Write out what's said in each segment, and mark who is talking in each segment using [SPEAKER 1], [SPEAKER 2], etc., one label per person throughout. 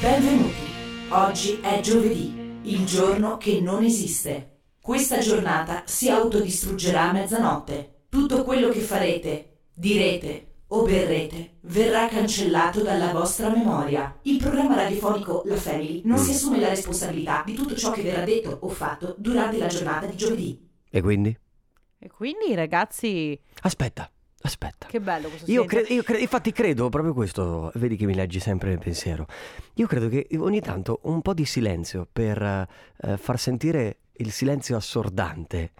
[SPEAKER 1] Benvenuti. Oggi è giovedì, il giorno che non esiste. Questa giornata si autodistruggerà a mezzanotte. Tutto quello che farete, direte o berrete verrà cancellato dalla vostra memoria. Il programma radiofonico La Family non si assume la responsabilità di tutto ciò che verrà detto o fatto durante la giornata di giovedì.
[SPEAKER 2] E quindi?
[SPEAKER 3] E quindi ragazzi,
[SPEAKER 2] Aspetta, aspetta.
[SPEAKER 3] che bello questo
[SPEAKER 2] Io,
[SPEAKER 3] silenzio.
[SPEAKER 2] cre- io cre- infatti credo proprio questo, vedi che mi leggi sempre il pensiero, io credo che ogni tanto un po' di silenzio per eh, far sentire il silenzio assordante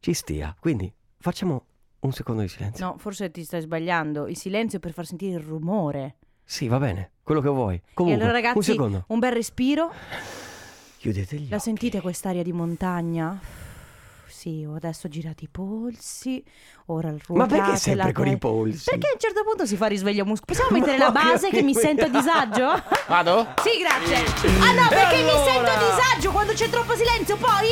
[SPEAKER 2] ci stia, quindi facciamo un secondo di silenzio.
[SPEAKER 3] No, forse ti stai sbagliando. Il silenzio è per far sentire il rumore.
[SPEAKER 2] Sì, va bene, quello che vuoi. Comunque,
[SPEAKER 3] allora, ragazzi,
[SPEAKER 2] un secondo.
[SPEAKER 3] Un bel respiro.
[SPEAKER 2] Chiudete gli
[SPEAKER 3] La
[SPEAKER 2] occhi.
[SPEAKER 3] sentite quest'aria di montagna? Sì, adesso girate i polsi, ora il ruolo.
[SPEAKER 2] Ma perché sempre con i polsi?
[SPEAKER 3] Perché a un certo punto si fa risveglio muscolare. Possiamo mettere
[SPEAKER 2] Ma
[SPEAKER 3] la
[SPEAKER 2] ho
[SPEAKER 3] base che mi
[SPEAKER 2] capito.
[SPEAKER 3] sento a disagio?
[SPEAKER 4] Vado?
[SPEAKER 3] Sì, grazie. Ah no,
[SPEAKER 4] E
[SPEAKER 3] perché mi
[SPEAKER 4] allora?
[SPEAKER 3] sento a disagio quando c'è troppo silenzio. Poi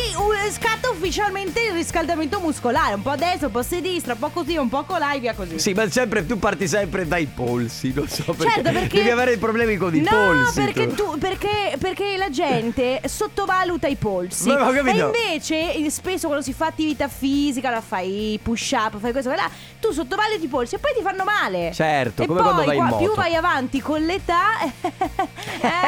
[SPEAKER 3] uh, scatta ufficialmente il riscaldamento muscolare. Un po' a destra, un po' a sinistra, un po' così, un po' colà e via così.
[SPEAKER 2] Sì, ma sempre, tu parti sempre dai polsi, non so perché.
[SPEAKER 3] Certo, perché
[SPEAKER 2] Devi avere problemi con i
[SPEAKER 3] no,
[SPEAKER 2] polsi.
[SPEAKER 3] perché tu, perché, perché la gente sottovaluta i polsi.
[SPEAKER 2] Ma ho
[SPEAKER 3] e
[SPEAKER 2] capito.
[SPEAKER 3] invece, eh, spesso quando si fa attività fisica, la fai push up, fai questo, quella, tu sottovaluti i polsi e poi ti fanno male.
[SPEAKER 2] Certo,
[SPEAKER 3] e
[SPEAKER 2] come
[SPEAKER 3] poi,
[SPEAKER 2] quando vai in
[SPEAKER 3] qua- più
[SPEAKER 2] moto.
[SPEAKER 3] vai avanti con l'età. eh,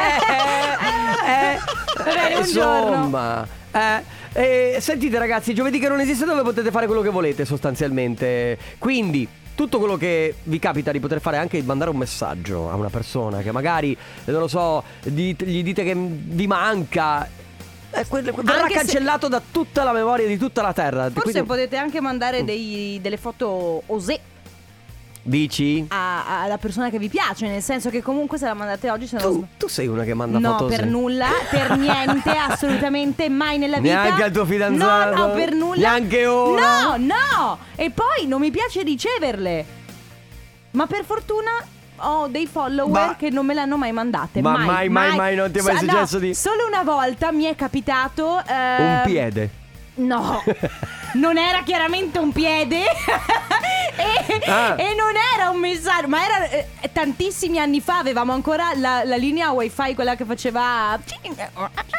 [SPEAKER 2] Eh,
[SPEAKER 3] va bene,
[SPEAKER 2] eh,
[SPEAKER 3] un giorno.
[SPEAKER 2] Insomma, eh, eh, sentite ragazzi, giovedì che non esiste dove potete fare quello che volete sostanzialmente. Quindi tutto quello che vi capita di poter fare è anche mandare un messaggio a una persona che magari, eh, non lo so, di- gli dite che vi manca. Eh, quel- verrà
[SPEAKER 3] Anche se-
[SPEAKER 2] cancellato da tutta la memoria di tutta la terra.
[SPEAKER 3] Forse
[SPEAKER 2] Quindi-
[SPEAKER 3] potete anche mandare dei- delle foto osè
[SPEAKER 2] Dici?
[SPEAKER 3] a- alla persona che vi piace, nel senso che comunque se la mandate oggi se non
[SPEAKER 2] Tu,
[SPEAKER 3] sbaglio-
[SPEAKER 2] tu sei una che manda
[SPEAKER 3] no,
[SPEAKER 2] foto
[SPEAKER 3] per
[SPEAKER 2] sì.
[SPEAKER 3] nulla, per niente, assolutamente mai nella vita.
[SPEAKER 2] Neanche al tuo fidanzato?
[SPEAKER 3] No, no, per nulla.
[SPEAKER 2] Neanche ora?
[SPEAKER 3] No, no. E poi non mi piace riceverle. Ma per fortuna ho dei follower
[SPEAKER 2] Ma-
[SPEAKER 3] che non me l'hanno mai mandate.
[SPEAKER 2] Ma
[SPEAKER 3] mai,
[SPEAKER 2] mai, mai, mai non ti è mai
[SPEAKER 3] So- no,
[SPEAKER 2] successo di-
[SPEAKER 3] Solo una volta mi è capitato. eh,
[SPEAKER 2] Un piede.
[SPEAKER 3] No, non era chiaramente un piede e,
[SPEAKER 2] Ah.
[SPEAKER 3] e non era un messaggio, ma era eh, tantissimi anni fa, avevamo ancora la, la linea wifi, quella che faceva...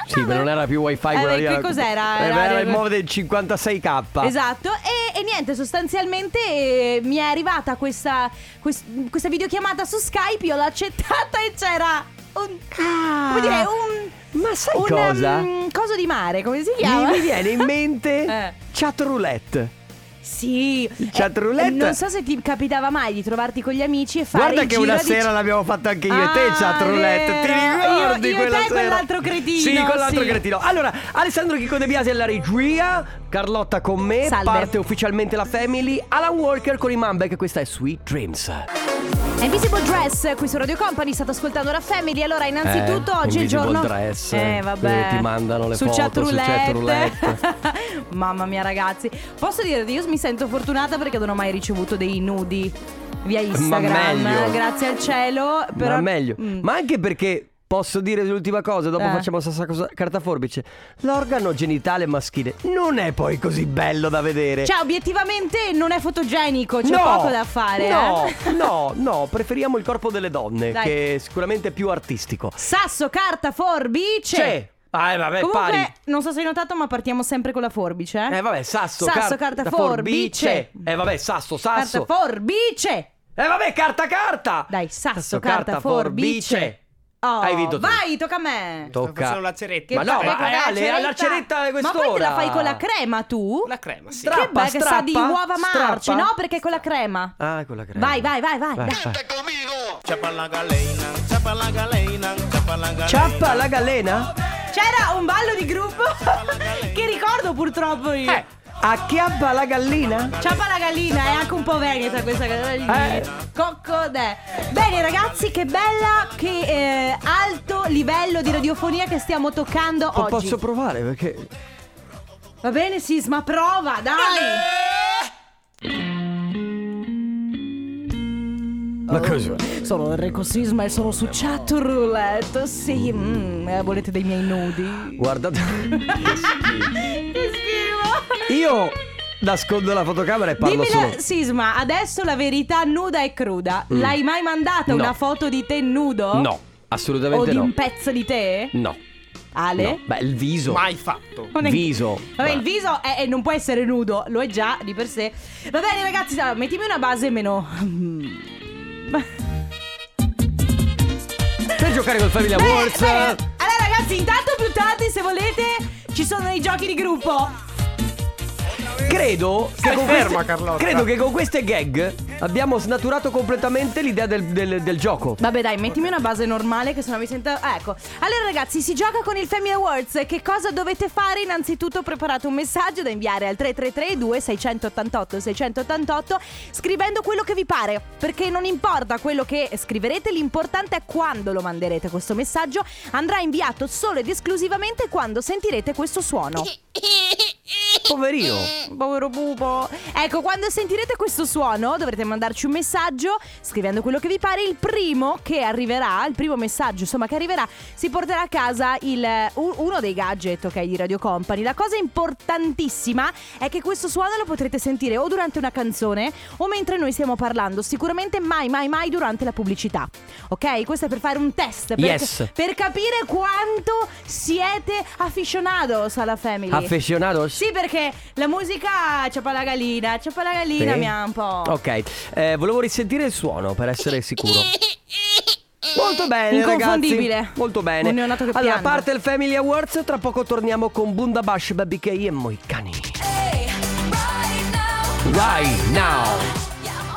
[SPEAKER 2] Sì, ma non era più wifi
[SPEAKER 3] Eh,
[SPEAKER 2] quella lì.
[SPEAKER 3] che cos'era?
[SPEAKER 2] Eh, ma Era il mobile del 56k.
[SPEAKER 3] Esatto, e, e niente, sostanzialmente eh, mi è arrivata questa, quest- questa videochiamata su Skype, io l'ho accettata e c'era un...
[SPEAKER 2] Ah.
[SPEAKER 3] come Ah. dire, un...
[SPEAKER 2] Ma sai
[SPEAKER 3] un,
[SPEAKER 2] cosa?
[SPEAKER 3] um, coso di mare, come si
[SPEAKER 2] Mi,
[SPEAKER 3] chiama?
[SPEAKER 2] mi viene in mente
[SPEAKER 3] Eh.
[SPEAKER 2] chat roulette.
[SPEAKER 3] Sì, eh,
[SPEAKER 2] chat roulette.
[SPEAKER 3] Non so se ti capitava mai di trovarti con gli amici e fare
[SPEAKER 2] Guarda
[SPEAKER 3] il
[SPEAKER 2] che
[SPEAKER 3] giro
[SPEAKER 2] una
[SPEAKER 3] di-
[SPEAKER 2] sera l'abbiamo fatto anche io e te,
[SPEAKER 3] Ah,
[SPEAKER 2] chat roulette. Ti
[SPEAKER 3] vero.
[SPEAKER 2] ricordi
[SPEAKER 3] Io- io e
[SPEAKER 2] quella
[SPEAKER 3] te e
[SPEAKER 2] sera?
[SPEAKER 3] quell'altro cretino,
[SPEAKER 2] Sì, quell'altro
[SPEAKER 3] sì.
[SPEAKER 2] cretino. Allora, Alessandro Chico De Biasi alla regia, Carlotta con me,
[SPEAKER 3] Salve.
[SPEAKER 2] parte ufficialmente la family, Alan Walker con i Mambek, questa è Sweet Dreams.
[SPEAKER 3] È Invisible Dress qui su Radio Company, state ascoltando la Family. Allora, innanzitutto
[SPEAKER 2] Eh,
[SPEAKER 3] oggi è il
[SPEAKER 2] Invisible
[SPEAKER 3] giorno
[SPEAKER 2] Dress,
[SPEAKER 3] Eh, vabbè.
[SPEAKER 2] eh, ti mandano le
[SPEAKER 3] su
[SPEAKER 2] foto,
[SPEAKER 3] chat
[SPEAKER 2] su chat
[SPEAKER 3] roulette.
[SPEAKER 2] roulette.
[SPEAKER 3] Mamma mia, ragazzi. Posso dirvi, io mi sento fortunata perché non ho mai ricevuto dei nudi via Instagram.
[SPEAKER 2] meglio.
[SPEAKER 3] Grazie al cielo, però
[SPEAKER 2] Ma meglio.
[SPEAKER 3] Mm.
[SPEAKER 2] Ma anche perché posso dire l'ultima cosa, dopo
[SPEAKER 3] Eh.
[SPEAKER 2] facciamo stessa cosa, carta forbice. L'organo genitale maschile non è poi così bello da vedere.
[SPEAKER 3] Cioè, obiettivamente non è fotogenico, c'è
[SPEAKER 2] eh. No!
[SPEAKER 3] poco da fare,
[SPEAKER 2] No,
[SPEAKER 3] eh.
[SPEAKER 2] no, no, preferiamo il corpo delle donne,
[SPEAKER 3] Dai.
[SPEAKER 2] che è sicuramente più artistico.
[SPEAKER 3] Sasso, carta, forbice.
[SPEAKER 2] C'è. Ah, eh, vabbè,
[SPEAKER 3] Comunque,
[SPEAKER 2] pari.
[SPEAKER 3] non so se hai notato, ma partiamo sempre con la forbice. Eh,
[SPEAKER 2] Eh vabbè, sasso,
[SPEAKER 3] sasso
[SPEAKER 2] car-
[SPEAKER 3] carta,
[SPEAKER 2] da
[SPEAKER 3] forbice.
[SPEAKER 2] Eh vabbè, sasso, sasso.
[SPEAKER 3] Carta, forbice.
[SPEAKER 2] eh vabbè, carta, carta.
[SPEAKER 3] Dai, sasso, carta, forbice. Oh,
[SPEAKER 2] Hai vinto tu.
[SPEAKER 3] Vai, tocca a me.
[SPEAKER 4] Sto
[SPEAKER 2] Tocca.
[SPEAKER 4] facendo la ceretta.
[SPEAKER 2] Ma no,
[SPEAKER 3] fai
[SPEAKER 2] ma
[SPEAKER 3] con
[SPEAKER 2] eh,
[SPEAKER 3] la
[SPEAKER 2] Ale, alla ceretta è
[SPEAKER 3] Ma poi te la
[SPEAKER 2] quest'ora.
[SPEAKER 3] fai con la crema tu?
[SPEAKER 4] La crema, sì.
[SPEAKER 2] Stra-
[SPEAKER 3] che
[SPEAKER 2] Strappa,
[SPEAKER 3] bella che sa di
[SPEAKER 2] strappa,
[SPEAKER 3] uova marce.
[SPEAKER 2] strappa.
[SPEAKER 3] No, perché con la crema.
[SPEAKER 2] Ah, quella crema.
[SPEAKER 3] Vai, vai, vai, vai.
[SPEAKER 2] Vai,
[SPEAKER 3] dai.
[SPEAKER 2] vai.
[SPEAKER 5] Chapa la galena, chapa la galena, chapa la galena.
[SPEAKER 2] Ciappa la galena?
[SPEAKER 3] C'era un ballo di gruppo che ricordo purtroppo io.
[SPEAKER 2] Eh, acchiappa la gallina?
[SPEAKER 3] Ciapa la gallina, è anche un po' veneta questa cosa.
[SPEAKER 2] Eh.
[SPEAKER 3] Coccodè. Bene ragazzi, che bella, che eh, alto livello di radiofonia che stiamo toccando
[SPEAKER 2] Po-
[SPEAKER 3] oggi.
[SPEAKER 2] Posso provare perché...
[SPEAKER 3] Va bene Sisma, prova, dai.
[SPEAKER 2] Ma cosa?
[SPEAKER 3] Sono Enrico Sisma e sono su chat roulette. Sì, mm, eh, volete dei miei nudi?
[SPEAKER 2] Guardate,
[SPEAKER 3] Che schifo.
[SPEAKER 2] io nascondo la fotocamera e parlo
[SPEAKER 3] Dimmela,
[SPEAKER 2] solo...
[SPEAKER 3] Sisma, Mm. adesso la verità nuda e cruda. L'hai mai mandata
[SPEAKER 2] No.
[SPEAKER 3] una foto di te nudo?
[SPEAKER 2] No,
[SPEAKER 3] O
[SPEAKER 2] Assolutamente
[SPEAKER 3] di
[SPEAKER 2] no.
[SPEAKER 3] un pezzo di te?
[SPEAKER 2] No.
[SPEAKER 3] Ale?
[SPEAKER 2] no. Beh, il viso.
[SPEAKER 5] Mai fatto.
[SPEAKER 3] Non è-
[SPEAKER 2] Viso.
[SPEAKER 3] Vabbè,
[SPEAKER 2] Ma-
[SPEAKER 3] il viso è, è- non può essere nudo, lo è già di per sé. Va bene, ragazzi, dai, mettimi una base meno.
[SPEAKER 2] Per giocare col Family
[SPEAKER 3] Beh,
[SPEAKER 2] Awards.
[SPEAKER 3] beh, allora, ragazzi, intanto puntate se volete. Ci sono i giochi di gruppo.
[SPEAKER 2] Credo che, con
[SPEAKER 5] ferma,
[SPEAKER 2] queste,
[SPEAKER 5] Carlotta.
[SPEAKER 2] credo che con queste gag abbiamo snaturato completamente l'idea del, del- del gioco.
[SPEAKER 3] Vabbè, dai, mettimi una base normale, che sennò mi sento. ah, Ecco. Allora, ragazzi, si gioca con il Family Awards. Che cosa dovete fare? Innanzitutto, preparate un messaggio da inviare al 333-2688-688 scrivendo quello che vi pare. Perché non importa quello che scriverete, l'importante è quando lo manderete. Questo messaggio andrà inviato solo ed esclusivamente quando sentirete questo suono.
[SPEAKER 2] Poverino.
[SPEAKER 3] Povero pupo. Ecco, quando sentirete questo suono dovrete mandarci un messaggio scrivendo quello che vi pare. Il primo che arriverà, il primo messaggio insomma che arriverà, si porterà a casa il, u- uno dei gadget ok di Radio Company. La cosa importantissima è che questo suono lo potrete sentire o durante una canzone o mentre noi stiamo parlando. Sicuramente mai, mai, mai durante la pubblicità. Ok? Questo è per fare un test. Per,
[SPEAKER 2] Yes.
[SPEAKER 3] per capire quanto siete aficionados alla family.
[SPEAKER 2] Affezionato?
[SPEAKER 3] Sì, perché la musica c'è la gallina, c'è la gallina, mi ha un po'.
[SPEAKER 2] Ok, eh, volevo risentire il suono per essere sicuro. Molto bene,
[SPEAKER 3] Inconfondibile.
[SPEAKER 2] ragazzi. Molto bene.
[SPEAKER 3] Un neonato che
[SPEAKER 2] allora, a
[SPEAKER 3] piange.
[SPEAKER 2] parte il Family Awards, tra poco torniamo con Bundabash, Baby K e Moicani. Right now.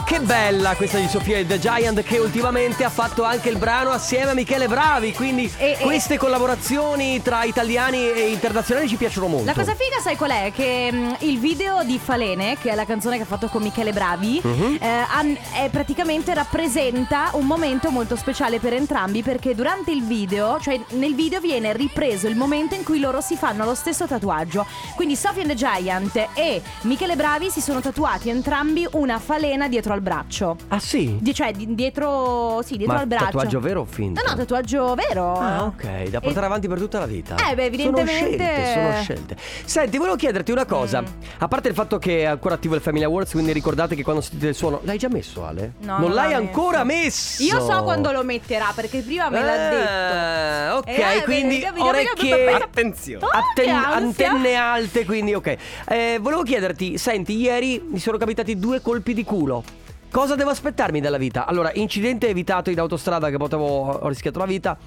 [SPEAKER 2] Che bella questa di Sofia e The Giant che ultimamente ha fatto anche il brano assieme a Michele Bravi, quindi
[SPEAKER 3] E- e-
[SPEAKER 2] queste collaborazioni tra italiani e internazionali ci piacciono molto.
[SPEAKER 3] La cosa figa, sai qual è? Che mm, il video di Falene, che è la canzone che ha fatto con Michele Bravi,
[SPEAKER 2] Mhm.
[SPEAKER 3] eh, han- è praticamente rappresenta un momento molto speciale per entrambi perché durante il video, cioè nel video viene ripreso il momento in cui loro si fanno lo stesso tatuaggio. Quindi Sophie and the Giant e Michele Bravi si sono tatuati entrambi una falena dietro al braccio.
[SPEAKER 2] Ah sì?
[SPEAKER 3] Di- cioè di- dietro, sì, dietro
[SPEAKER 2] Ma
[SPEAKER 3] al braccio.
[SPEAKER 2] tatuaggio vero o finto?
[SPEAKER 3] No, no, tatuaggio vero.
[SPEAKER 2] Ah, ok, da portare avanti per tutta la vita.
[SPEAKER 3] Eh, beh, evidentemente- Mm.
[SPEAKER 2] Sono scelte, sono scelte. Senti, volevo chiederti una cosa. A parte il fatto che è ancora attivo il Family Awards, quindi ricordate che quando sentite il suono. L'hai già messo, Ale?
[SPEAKER 3] No,
[SPEAKER 2] Non
[SPEAKER 3] non
[SPEAKER 2] l'hai
[SPEAKER 3] l'ho
[SPEAKER 2] ancora messo.
[SPEAKER 3] Io so quando lo metterà perché prima me
[SPEAKER 2] Eh.
[SPEAKER 3] l'ha detto.
[SPEAKER 2] Ah, Ok,
[SPEAKER 3] Eh, eh,
[SPEAKER 2] quindi
[SPEAKER 3] vedi, vedi, vedi,
[SPEAKER 2] orecchie.
[SPEAKER 3] vedi.
[SPEAKER 2] Attenzione.
[SPEAKER 3] Oh, che ansia.
[SPEAKER 2] antenne alte, quindi ok. Eh, volevo chiederti, senti, ieri mi sono capitati due colpi di culo. Cosa devo aspettarmi dalla vita? Allora, incidente evitato in autostrada che potevo, ho rischiato la vita.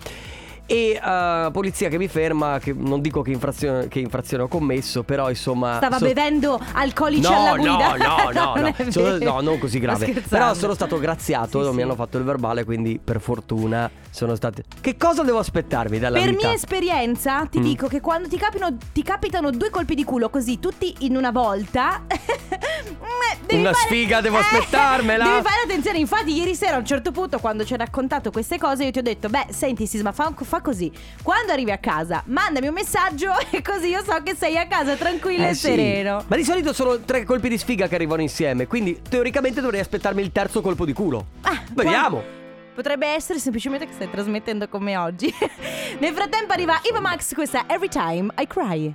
[SPEAKER 2] E eh, polizia che mi ferma, che non dico che infrazione, che infrazione ho commesso, però insomma.
[SPEAKER 3] Stava
[SPEAKER 2] so-
[SPEAKER 3] bevendo alcolici
[SPEAKER 2] No,
[SPEAKER 3] alla guida.
[SPEAKER 2] No, no, no,
[SPEAKER 3] non
[SPEAKER 2] no.
[SPEAKER 3] è
[SPEAKER 2] Sono-
[SPEAKER 3] vero.
[SPEAKER 2] no, non così
[SPEAKER 3] Sto
[SPEAKER 2] grave.
[SPEAKER 3] scherzando.
[SPEAKER 2] Però sono stato graziato,
[SPEAKER 3] Sì,
[SPEAKER 2] non mi
[SPEAKER 3] sì.
[SPEAKER 2] hanno fatto il verbale, quindi per fortuna sono state. Che cosa devo aspettarmi dalla
[SPEAKER 3] Per
[SPEAKER 2] vita?
[SPEAKER 3] mia esperienza ti
[SPEAKER 2] Mm.
[SPEAKER 3] dico che quando ti, capino- ti capitano due colpi di culo così tutti in una volta mm, devi
[SPEAKER 2] Una
[SPEAKER 3] fare-
[SPEAKER 2] sfiga, devo aspettarmela.
[SPEAKER 3] Devi fare attenzione infatti ieri sera a un certo punto quando ci hai raccontato queste cose io ti ho detto beh senti Sisma fa, fa così quando arrivi a casa mandami un messaggio e così io so che sei a casa tranquillo
[SPEAKER 2] Eh
[SPEAKER 3] e
[SPEAKER 2] sì.
[SPEAKER 3] sereno
[SPEAKER 2] Ma di solito sono tre colpi di sfiga che arrivano insieme, quindi teoricamente dovrei aspettarmi il terzo colpo di culo.
[SPEAKER 3] Ah,
[SPEAKER 2] Vediamo.
[SPEAKER 3] Potrebbe essere semplicemente che stai trasmettendo con me oggi. Nel frattempo arriva Iva Max, questa è Every Time I Cry.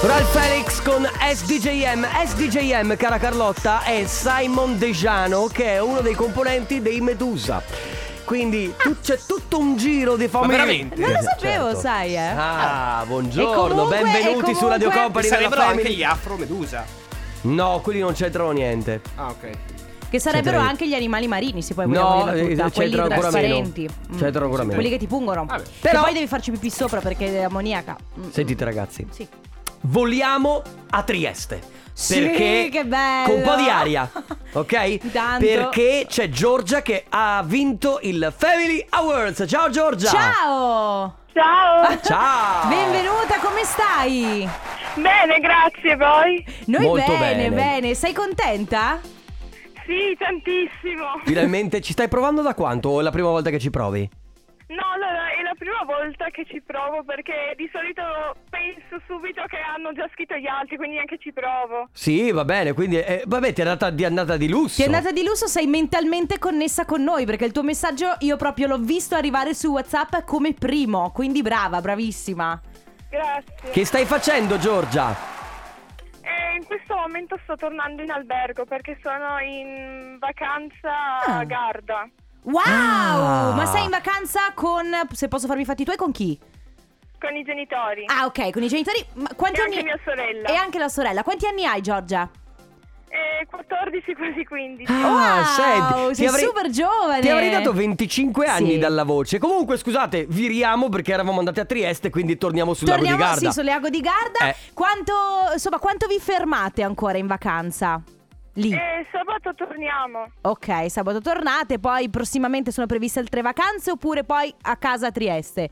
[SPEAKER 2] Ralph Felix con SDJM. SDJM, cara Carlotta, è Simon Dejano, che è uno dei componenti dei Medusa. Quindi tu- c'è tutto un giro di famiglie.
[SPEAKER 5] veramente?
[SPEAKER 3] Non lo sapevo, sai, eh.
[SPEAKER 2] certo. Ah, buongiorno,
[SPEAKER 3] E comunque-
[SPEAKER 2] benvenuti
[SPEAKER 3] e
[SPEAKER 2] su Radio
[SPEAKER 3] comunque-
[SPEAKER 5] E
[SPEAKER 2] Company. della
[SPEAKER 5] sarebbero anche
[SPEAKER 2] Family.
[SPEAKER 5] gli afro medusa.
[SPEAKER 2] No, quelli non c'entrano niente.
[SPEAKER 5] Ah, ok.
[SPEAKER 3] Che sarebbero
[SPEAKER 2] C'entra-
[SPEAKER 3] anche gli animali marini, se poi vogliamo
[SPEAKER 2] No,
[SPEAKER 3] dirla
[SPEAKER 2] eh,
[SPEAKER 3] tutta, quelli
[SPEAKER 2] c'entrano ancora meno.
[SPEAKER 3] trasparenti. Mm.
[SPEAKER 2] C'entrano ancora meno.
[SPEAKER 3] Quelli che ti pungono.
[SPEAKER 5] Vabbè.
[SPEAKER 2] Però-
[SPEAKER 3] Però... poi devi farci pipì sopra perché è ammoniaca. Mm.
[SPEAKER 2] Sentite ragazzi,
[SPEAKER 3] Sì.
[SPEAKER 2] voliamo a Trieste.
[SPEAKER 3] Sì,
[SPEAKER 2] perché
[SPEAKER 3] che bello.
[SPEAKER 2] con un po' di aria, ok?
[SPEAKER 3] Tanto.
[SPEAKER 2] Perché c'è Giorgia che ha vinto il Family Awards. Ciao Giorgia!
[SPEAKER 3] Ciao! Ah.
[SPEAKER 4] Ciao,
[SPEAKER 2] Ciao!
[SPEAKER 3] Benvenuta, come stai?
[SPEAKER 4] bene, grazie voi.
[SPEAKER 3] Noi
[SPEAKER 2] Molto bene.
[SPEAKER 3] bene, Sei contenta?
[SPEAKER 4] Sì, tantissimo.
[SPEAKER 2] Finalmente ci stai provando da quanto? O è la prima volta che ci provi?
[SPEAKER 4] No, allora è la prima volta che ci provo perché di solito penso subito che hanno già scritto gli altri, quindi neanche ci provo.
[SPEAKER 2] Sì, va bene, quindi eh, vabbè, ti è andata di, andata di lusso.
[SPEAKER 3] Ti è andata di lusso, sei mentalmente connessa con noi perché il tuo messaggio io proprio l'ho visto arrivare su WhatsApp come primo, quindi brava, bravissima.
[SPEAKER 4] Grazie.
[SPEAKER 2] Che stai facendo Giorgia?
[SPEAKER 4] E in questo momento sto tornando in albergo perché sono in vacanza
[SPEAKER 3] Ah.
[SPEAKER 4] a Garda.
[SPEAKER 3] Wow,
[SPEAKER 2] Ah.
[SPEAKER 3] ma sei in vacanza con, se posso farmi i fatti tuoi, con chi?
[SPEAKER 4] con i genitori.
[SPEAKER 3] Ah, ok, con i genitori. Ma quanti
[SPEAKER 4] E
[SPEAKER 3] anni...
[SPEAKER 4] anche mia sorella.
[SPEAKER 3] E anche la sorella. Quanti anni hai, Giorgia?
[SPEAKER 4] Eh, 14, quasi 15.
[SPEAKER 3] Ah, Wow,
[SPEAKER 2] Oh, senti,
[SPEAKER 3] sei super giovane.
[SPEAKER 2] Ti avrei dato 25 anni
[SPEAKER 3] Sì.
[SPEAKER 2] dalla voce. Comunque, scusate, viriamo perché eravamo andati a Trieste, quindi torniamo sul lago di
[SPEAKER 3] Torniamo
[SPEAKER 2] Garda.
[SPEAKER 3] sì, sul lago di Garda.
[SPEAKER 2] Eh.
[SPEAKER 3] Quanto, insomma, quanto vi fermate ancora in vacanza? Lì.
[SPEAKER 4] E sabato torniamo.
[SPEAKER 3] Ok, sabato tornate, poi prossimamente sono previste altre vacanze oppure poi a casa a Trieste.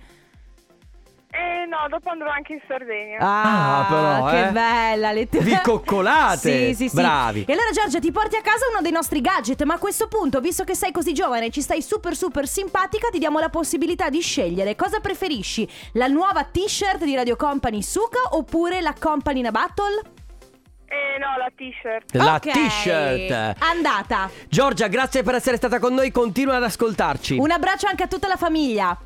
[SPEAKER 4] E no, dopo andrò anche in Sardegna.
[SPEAKER 3] Ah,
[SPEAKER 2] Ah, però,
[SPEAKER 3] che
[SPEAKER 2] eh.
[SPEAKER 3] bella le tue.
[SPEAKER 2] Vi coccolate.
[SPEAKER 3] sì, sì, sì.
[SPEAKER 2] Bravi.
[SPEAKER 3] E allora Giorgia ti porti a casa uno dei nostri gadget, ma a questo punto, visto che sei così giovane e ci stai super super simpatica, ti diamo la possibilità di scegliere cosa preferisci, la nuova t-shirt di Radio Company Suka oppure la Company in a Battle?
[SPEAKER 4] E no, la t-shirt.
[SPEAKER 2] La
[SPEAKER 3] Ok.
[SPEAKER 2] t-shirt.
[SPEAKER 3] Andata.
[SPEAKER 2] Giorgia, grazie per essere stata con noi. Continua ad ascoltarci.
[SPEAKER 3] Un abbraccio anche a tutta la famiglia.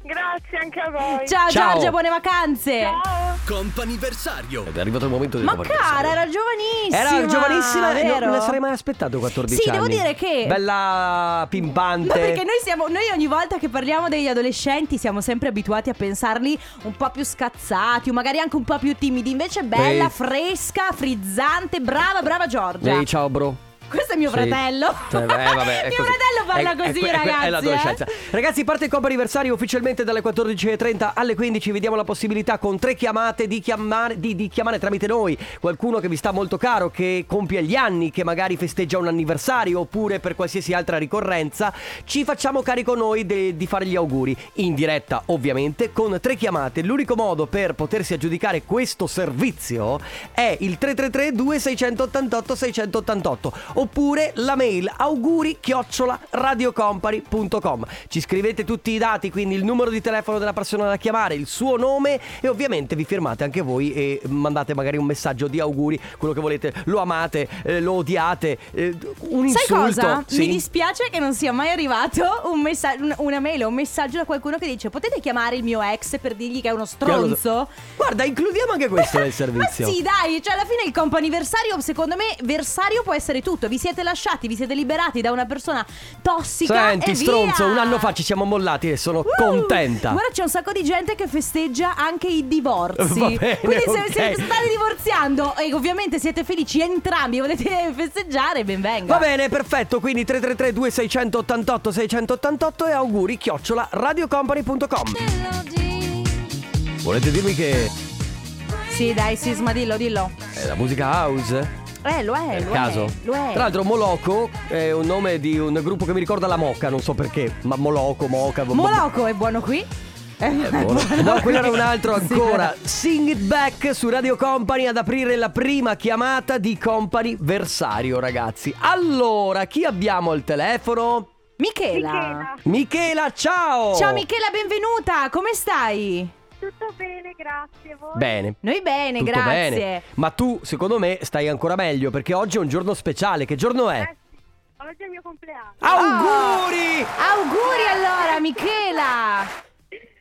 [SPEAKER 4] Grazie anche a voi.
[SPEAKER 3] Ciao,
[SPEAKER 2] Ciao.
[SPEAKER 3] Giorgia, buone vacanze.
[SPEAKER 4] Ciao.
[SPEAKER 6] Comp'anniversario
[SPEAKER 2] È arrivato il momento di
[SPEAKER 3] Ma cara, era giovanissima.
[SPEAKER 2] Era giovanissima e non
[SPEAKER 3] vero?
[SPEAKER 2] me ne sarei mai aspettato 14
[SPEAKER 3] Sì,
[SPEAKER 2] anni.
[SPEAKER 3] devo dire che-
[SPEAKER 2] Bella
[SPEAKER 3] Ma
[SPEAKER 2] pimpante.
[SPEAKER 3] perché noi siamo noi ogni volta che parliamo degli adolescenti siamo sempre abituati a pensarli un po' più scazzati o magari anche un po' più timidi, invece è bella,
[SPEAKER 2] Sì.
[SPEAKER 3] fresca, frizzante, brava, brava Giorgia.
[SPEAKER 2] Ehi, ciao bro.
[SPEAKER 3] Questo è mio
[SPEAKER 2] Sì.
[SPEAKER 3] fratello.
[SPEAKER 2] Cioè, eh, vabbè, è
[SPEAKER 3] mio
[SPEAKER 2] così.
[SPEAKER 3] fratello parla
[SPEAKER 2] È- è-
[SPEAKER 3] così,
[SPEAKER 2] è- è-
[SPEAKER 3] ragazzi.
[SPEAKER 2] È l'adolescenza.
[SPEAKER 3] eh.
[SPEAKER 2] Ragazzi, parte il compo anniversario ufficialmente dalle 14.30 alle 15. Vi diamo la possibilità con tre chiamate di chiamare, di, di chiamare tramite noi qualcuno che vi sta molto caro, che compie gli anni, che magari festeggia un anniversario oppure per qualsiasi altra ricorrenza. Ci facciamo carico noi de- di fare gli auguri in diretta, ovviamente, con tre chiamate. L'unico modo per potersi aggiudicare questo servizio è il 333 2688 688 oppure la mail auguri chiocciola radiocompany.com ci scrivete tutti i dati quindi il numero di telefono della persona da chiamare il suo nome e ovviamente vi firmate anche voi e mandate magari un messaggio di auguri quello che volete lo amate eh, lo odiate eh, un
[SPEAKER 3] Sai
[SPEAKER 2] insulto
[SPEAKER 3] cosa?
[SPEAKER 2] Sì?
[SPEAKER 3] Mi dispiace che non sia mai arrivato un messa- un- una mail o un messaggio da qualcuno che dice potete chiamare il mio ex per dirgli che è uno stronzo?
[SPEAKER 2] guarda includiamo anche questo nel servizio
[SPEAKER 3] Ma sì, dai, cioè alla fine il comp'anniversario, secondo me, versario può essere tutto. Vi siete lasciati, vi siete liberati da una persona tossica
[SPEAKER 2] Senti,
[SPEAKER 3] e via.
[SPEAKER 2] stronzo, un anno fa ci siamo mollati e sono
[SPEAKER 3] Uh,
[SPEAKER 2] contenta.
[SPEAKER 3] Guarda, c'è un sacco di gente che festeggia anche i divorzi.
[SPEAKER 2] Va bene,
[SPEAKER 3] Quindi se
[SPEAKER 2] ok.
[SPEAKER 3] se state divorziando e ovviamente siete felici entrambi, volete festeggiare, ben venga.
[SPEAKER 2] Va bene, perfetto. Quindi 333 2688 688 e auguri chiocciola radiocompany.com. Volete dirmi che
[SPEAKER 3] Sì, dai, Sisma, dillo, dillo.
[SPEAKER 2] è la musica house?
[SPEAKER 3] Eh, lo è,
[SPEAKER 2] È il
[SPEAKER 3] lo
[SPEAKER 2] caso?
[SPEAKER 3] è. Lo è.
[SPEAKER 2] Tra l'altro Moloco è un nome di un gruppo che mi ricorda la Moca, non so perché, ma Moloco, Moca, bo-
[SPEAKER 3] Moloco è buono qui.
[SPEAKER 2] È buono. No, quello era un altro
[SPEAKER 3] Sì,
[SPEAKER 2] ancora. Sing it back su Radio Company ad aprire la prima chiamata di Company Versario, ragazzi. Allora, chi abbiamo al telefono?
[SPEAKER 3] Michela.
[SPEAKER 4] Michela.
[SPEAKER 2] Michela, ciao!
[SPEAKER 3] Ciao Michela, benvenuta. Come stai?
[SPEAKER 4] Tutto bene, grazie. Voi?
[SPEAKER 2] Bene.
[SPEAKER 3] Noi bene,
[SPEAKER 2] Tutto
[SPEAKER 3] grazie.
[SPEAKER 2] bene. Ma tu, secondo me, stai ancora meglio perché oggi è un giorno speciale. Che giorno è?
[SPEAKER 4] Eh sì, Oggi è il mio compleanno.
[SPEAKER 3] Ah!
[SPEAKER 2] Auguri!
[SPEAKER 3] Auguri allora, Michela.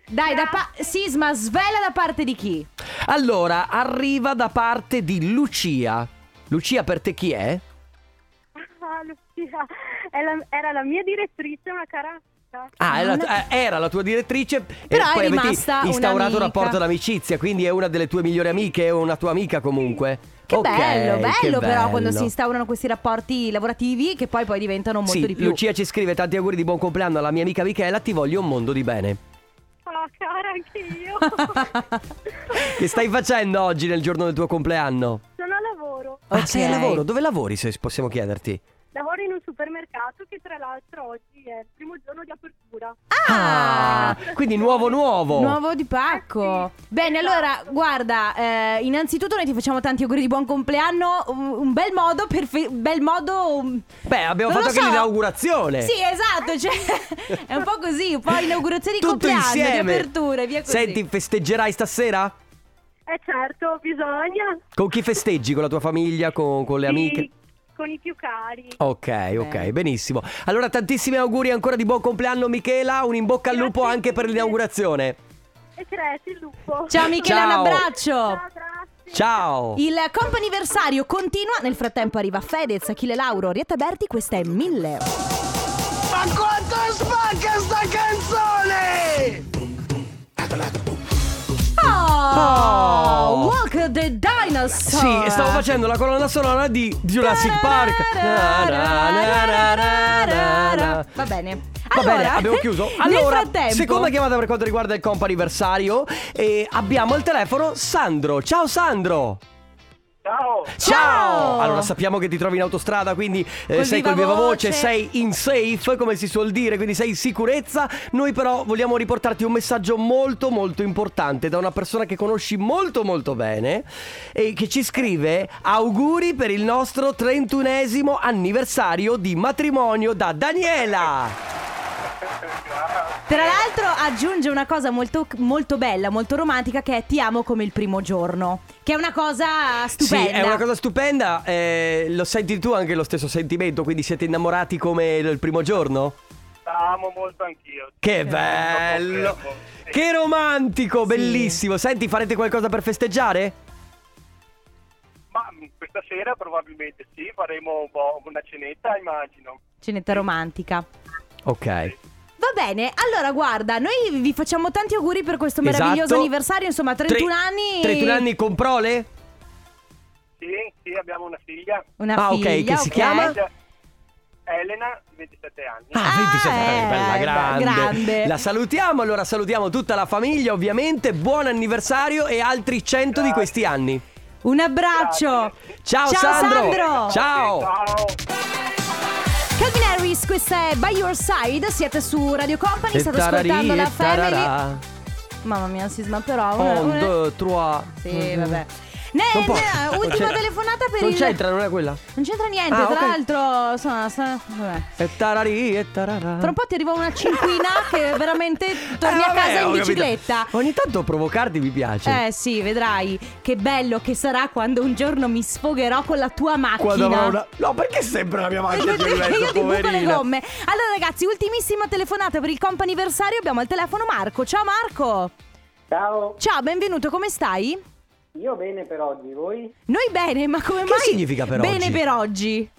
[SPEAKER 3] Dai, da pa- Sisma, svela da parte di chi?
[SPEAKER 2] Allora, arriva da parte di Lucia. Lucia per te chi è?
[SPEAKER 4] Ah, Lucia, è la- era la mia direttrice, una cara amica.
[SPEAKER 2] Ah, era,
[SPEAKER 3] Non-
[SPEAKER 2] eh, era la tua direttrice
[SPEAKER 3] Però
[SPEAKER 2] e
[SPEAKER 3] è
[SPEAKER 2] poi avete
[SPEAKER 3] rimasta
[SPEAKER 2] instaurato un
[SPEAKER 3] un'amica.
[SPEAKER 2] rapporto d'amicizia, quindi è una delle tue migliori amiche, è una tua amica comunque.
[SPEAKER 3] Che
[SPEAKER 2] Ok,
[SPEAKER 3] bello,
[SPEAKER 2] che
[SPEAKER 3] bello però quando
[SPEAKER 2] bello.
[SPEAKER 3] si instaurano questi rapporti lavorativi che poi poi diventano molto
[SPEAKER 2] Sì,
[SPEAKER 3] di più.
[SPEAKER 2] Lucia ci scrive tanti auguri di buon compleanno alla mia amica Michela, ti voglio un mondo di bene.
[SPEAKER 4] Ah, cara, anche io.
[SPEAKER 2] Che stai facendo oggi nel giorno del tuo compleanno?
[SPEAKER 4] Sono a lavoro.
[SPEAKER 2] Ah, sei al
[SPEAKER 3] Ok.
[SPEAKER 2] lavoro? Dove lavori se possiamo chiederti?
[SPEAKER 4] Lavoro in un supermercato che tra l'altro oggi è il primo giorno di apertura.
[SPEAKER 3] Ah!
[SPEAKER 2] Quindi nuovo nuovo.
[SPEAKER 3] Nuovo di pacco.
[SPEAKER 4] Eh sì,
[SPEAKER 3] Bene,
[SPEAKER 4] esatto.
[SPEAKER 3] allora, guarda, eh, innanzitutto noi ti facciamo tanti auguri di buon compleanno, un, un bel modo per fe- bel modo um,
[SPEAKER 2] Beh, abbiamo
[SPEAKER 3] non
[SPEAKER 2] fatto
[SPEAKER 3] lo so.
[SPEAKER 2] anche l'inaugurazione.
[SPEAKER 3] Sì, esatto, cioè è un po' così, un po' inaugurazione di
[SPEAKER 2] Tutto
[SPEAKER 3] compleanno,
[SPEAKER 2] insieme.
[SPEAKER 3] di aperture, via così.
[SPEAKER 2] Senti, festeggerai stasera?
[SPEAKER 4] Eh certo, bisogna.
[SPEAKER 2] Con chi festeggi? Con la tua famiglia? Con, con le
[SPEAKER 4] Sì,
[SPEAKER 2] amiche?
[SPEAKER 4] Con i più cari.
[SPEAKER 2] Ok, ok, benissimo. Allora, tantissimi auguri ancora di buon compleanno, Michela. Un in bocca al lupo
[SPEAKER 4] Grazie
[SPEAKER 2] anche per
[SPEAKER 4] mille.
[SPEAKER 2] l'inaugurazione.
[SPEAKER 4] E creci il lupo.
[SPEAKER 3] Ciao Michela,
[SPEAKER 2] Ciao.
[SPEAKER 3] un abbraccio.
[SPEAKER 4] Ciao, grazie.
[SPEAKER 2] Ciao.
[SPEAKER 3] Il comp'anniversario continua, nel frattempo arriva Fedez, Achille Lauro, Rietta Berti, questa è 1000.
[SPEAKER 6] Ma quanto spacca sta canzone
[SPEAKER 3] Oh! colonna sonora.
[SPEAKER 2] Oh! Sì, stavo facendo la colonna sonora di Jurassic Park.
[SPEAKER 3] Va bene.
[SPEAKER 2] Va
[SPEAKER 3] Allora,
[SPEAKER 2] bene, abbiamo chiuso.
[SPEAKER 3] nel
[SPEAKER 2] Allora,
[SPEAKER 3] frattempo,
[SPEAKER 2] seconda chiamata per quanto riguarda il comp anniversario. E abbiamo al telefono Sandro. Ciao Sandro!
[SPEAKER 4] Ciao!
[SPEAKER 3] Ciao!
[SPEAKER 2] Allora sappiamo che ti trovi in autostrada, quindi eh,
[SPEAKER 3] Col
[SPEAKER 2] sei
[SPEAKER 3] viva
[SPEAKER 2] col viva voce,
[SPEAKER 3] voce.
[SPEAKER 2] sei in safe, come si suol dire, quindi sei in sicurezza. Noi però vogliamo riportarti un messaggio molto molto importante da una persona che conosci molto molto bene e che ci scrive auguri per il nostro 31esimo anniversario di matrimonio da Daniela.
[SPEAKER 3] Tra l'altro aggiunge una cosa molto, molto bella, molto romantica che è ti amo come il primo giorno, che è una cosa stupenda.
[SPEAKER 2] Sì, è una cosa stupenda, eh, lo senti tu anche lo stesso sentimento, quindi siete innamorati come il primo giorno?
[SPEAKER 4] La amo molto anch'io.
[SPEAKER 2] Che bello! Che romantico, bellissimo. Senti, farete qualcosa per festeggiare?
[SPEAKER 4] Ma questa sera probabilmente sì, faremo un po' una cenetta, immagino.
[SPEAKER 3] Cenetta romantica.
[SPEAKER 2] Ok.
[SPEAKER 3] Va bene, allora guarda, noi vi facciamo tanti auguri per questo meraviglioso
[SPEAKER 2] Esatto.
[SPEAKER 3] anniversario, insomma 31
[SPEAKER 2] Tre-
[SPEAKER 3] anni.
[SPEAKER 2] 31 anni con prole?
[SPEAKER 4] Sì, sì, abbiamo una figlia,
[SPEAKER 3] Una
[SPEAKER 2] Ah, ok,
[SPEAKER 3] figlia,
[SPEAKER 2] che si chiama?
[SPEAKER 4] Elena, 27 anni.
[SPEAKER 2] Ah, 27 anni,
[SPEAKER 3] eh,
[SPEAKER 2] bella
[SPEAKER 3] beh,
[SPEAKER 2] grande.
[SPEAKER 3] grande.
[SPEAKER 2] La salutiamo, allora salutiamo tutta la famiglia, ovviamente. Buon anniversario e altri 100 di questi anni.
[SPEAKER 3] Un abbraccio.
[SPEAKER 2] Ciao,
[SPEAKER 3] Sandro.
[SPEAKER 2] Ciao.
[SPEAKER 3] Calvin Harris, questa è By Your Side, siete su Radio Company,
[SPEAKER 2] E
[SPEAKER 3] state
[SPEAKER 2] tararì,
[SPEAKER 3] ascoltando la
[SPEAKER 2] e tararà.
[SPEAKER 3] Family. Mamma mia, sisma però. una-
[SPEAKER 2] Un,
[SPEAKER 3] una-
[SPEAKER 2] due, trois. Mm,
[SPEAKER 3] Sì, vabbè.
[SPEAKER 2] Non
[SPEAKER 3] Ne,
[SPEAKER 2] può.
[SPEAKER 3] ne-
[SPEAKER 2] Mm-hmm. Non
[SPEAKER 3] ultima
[SPEAKER 2] c'entra.
[SPEAKER 3] telefonata per
[SPEAKER 2] Non
[SPEAKER 3] il
[SPEAKER 2] c'entra, non è quella.
[SPEAKER 3] Non c'entra niente,
[SPEAKER 2] Ah,
[SPEAKER 3] tra
[SPEAKER 2] ok.
[SPEAKER 3] l'altro. Insomma, sta- vabbè.
[SPEAKER 2] E tararì, e tararà.
[SPEAKER 3] Tra un po' ti arriva una cinquina che veramente torni
[SPEAKER 2] Eh,
[SPEAKER 3] a
[SPEAKER 2] vabbè,
[SPEAKER 3] casa
[SPEAKER 2] ho
[SPEAKER 3] in
[SPEAKER 2] capito.
[SPEAKER 3] bicicletta.
[SPEAKER 2] Ogni tanto provocarti mi piace.
[SPEAKER 3] Eh sì, vedrai che bello che sarà quando un giorno mi sfogherò con la tua macchina.
[SPEAKER 2] Quando avrò una... No, perché sempre la mia macchina
[SPEAKER 3] Perché
[SPEAKER 2] di vento,
[SPEAKER 3] io ti buco le
[SPEAKER 2] poverina?
[SPEAKER 3] gomme. Allora ragazzi, ultimissima telefonata per il comp anniversario. Abbiamo al telefono Marco. Ciao Marco.
[SPEAKER 6] Ciao,
[SPEAKER 3] Ciao, benvenuto, come stai?
[SPEAKER 6] io bene per oggi, voi?
[SPEAKER 3] Noi bene, ma come
[SPEAKER 2] Che
[SPEAKER 3] mai?
[SPEAKER 2] significa per
[SPEAKER 3] bene
[SPEAKER 2] oggi?
[SPEAKER 3] per oggi.